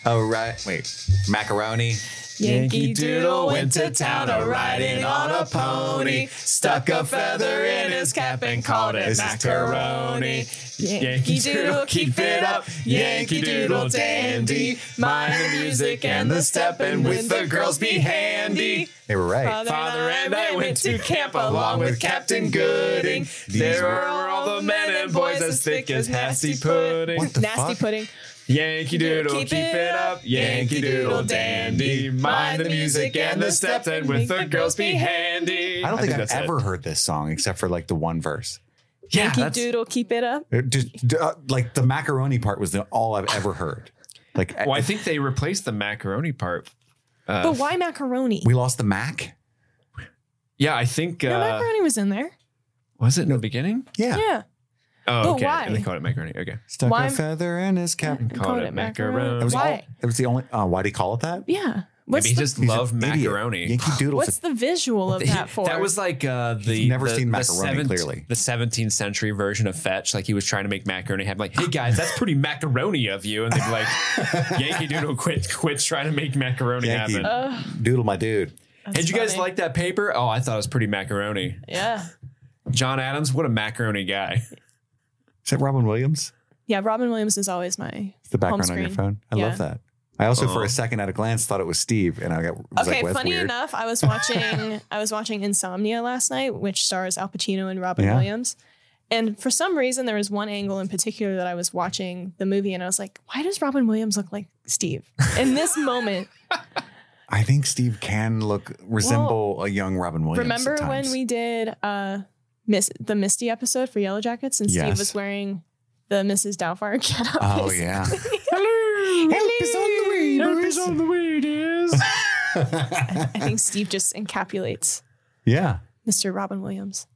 Oh right, wait, macaroni. Yankee Doodle went to town a riding on a pony. Stuck a feather in his cap and called it This is terrible. macaroni. Yankee Doodle, keep it up. Yankee Doodle, dandy. Mind the music and the step, and with the girls be handy. They were right. Father and I went to camp along with Captain Gooding. There were all the men and boys as thick as nasty pudding. What the fuck? pudding. Yankee Doodle, keep it up, Yankee Doodle dandy. Mind the music and the steps, and with the girls be handy. I don't think, that's I've it. ever heard this song except for like the one verse. Yeah, Yankee that's- Doodle, keep it up. It just- uh, like the macaroni part was the, all I've ever heard. Like Well, I think they replaced the macaroni part. uh, But why macaroni? we lost the mac. Yeah, I think No, uh, macaroni was in there. was it in the beginning? Yeah. Yeah. But Oh, okay. why? And they called it macaroni. Okay, Stuck Why- a feather in his cap. And That called it macaroni. That was Why? all. It was the only. Uh, why do you call it that? Yeah. What's maybe he the, just He's an loved idiot. macaroni. Yankee Doodle's. what's the visual of that for? was like uh, the never the- seen the macaroni, clearly. the 17th century version of fetch. Like he was trying to make macaroni happen. Like, hey guys, that's pretty macaroni of you. And they'd be like, Yankee Doodle, quit, quit trying to make macaroni Yankee. happen. Ugh, Doodle, my dude. Oh, that's Hey, did you guys funny. like that paper? Oh, I thought it was pretty macaroni. Yeah. John Adams, what a macaroni guy. Is that Robin Williams? Yeah, Robin Williams is always my It's the home background on screen. your phone. I Yeah. love that. I also, for Oh. a second, at a glance, thought it was Steve, and I got was Okay, like, well, that's funny weird. enough, I was watching I was watching Insomnia last night, which stars Al Pacino and Robin Yeah. Williams. And for some reason there was one angle in particular that I was watching the movie and I was like, why does Robin Williams look like Steve? In this moment, I think Steve can look resemble a young Robin Williams. remember at when times. we did uh Miss the Misty episode for Yellow Jackets and Steve Yes. was wearing the Mrs. Doubtfire get up? Oh yeah. Hello. Help is on the way, Help boys. is on the way, dears. I think Steve just encapsulates yeah. Mr. Robin Williams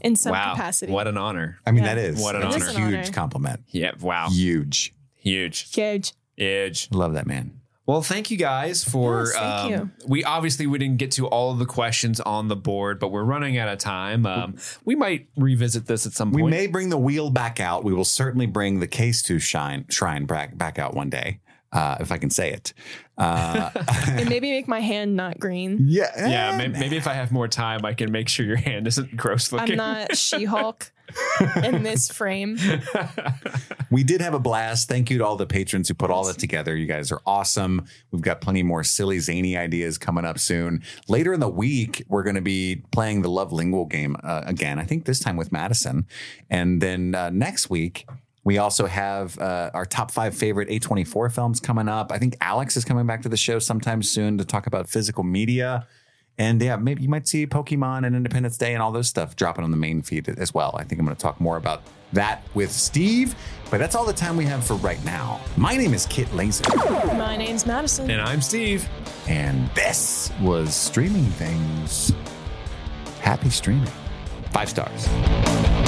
in some wow. capacity. What an honor. I mean, Yeah. that is What an that's honor. a huge It's an honor. compliment. Yeah. Wow. Huge. Huge. Huge. Huge. Love that man. Well, thank you guys for. Yes, thank um, We obviously we didn't get to all of the questions on the board, but we're running out of time. Um, we might revisit this at some We point. may bring the wheel back out. We will certainly bring the case to shine shrine back back out one day. uh, if I can say it. Uh, and maybe make my hand not green. yeah, Yeah, eh, maybe, maybe if I have more time, I can make sure your hand isn't gross I'm looking. not She Hulk in this frame. We did have a blast. Thank you to all the patrons who put all that together. You guys are awesome. We've got plenty more silly, zany ideas coming up soon. Later in the week, we're going to be playing the Love Lingual game uh, again. I think this time with Madison. And then uh, next week, we also have uh, our top five favorite A24 films coming up. I think Alex is coming back to the show sometime soon to talk about physical media. And yeah, maybe you might see Pokemon and Independence Day and all those stuff dropping on the main feed as well. I think I'm going to talk more about that with Steve, but that's all the time we have for right now. My name is Kit Laser, My name's Madison. and I'm Steve. and this was Streaming Things. Happy streaming. Five stars.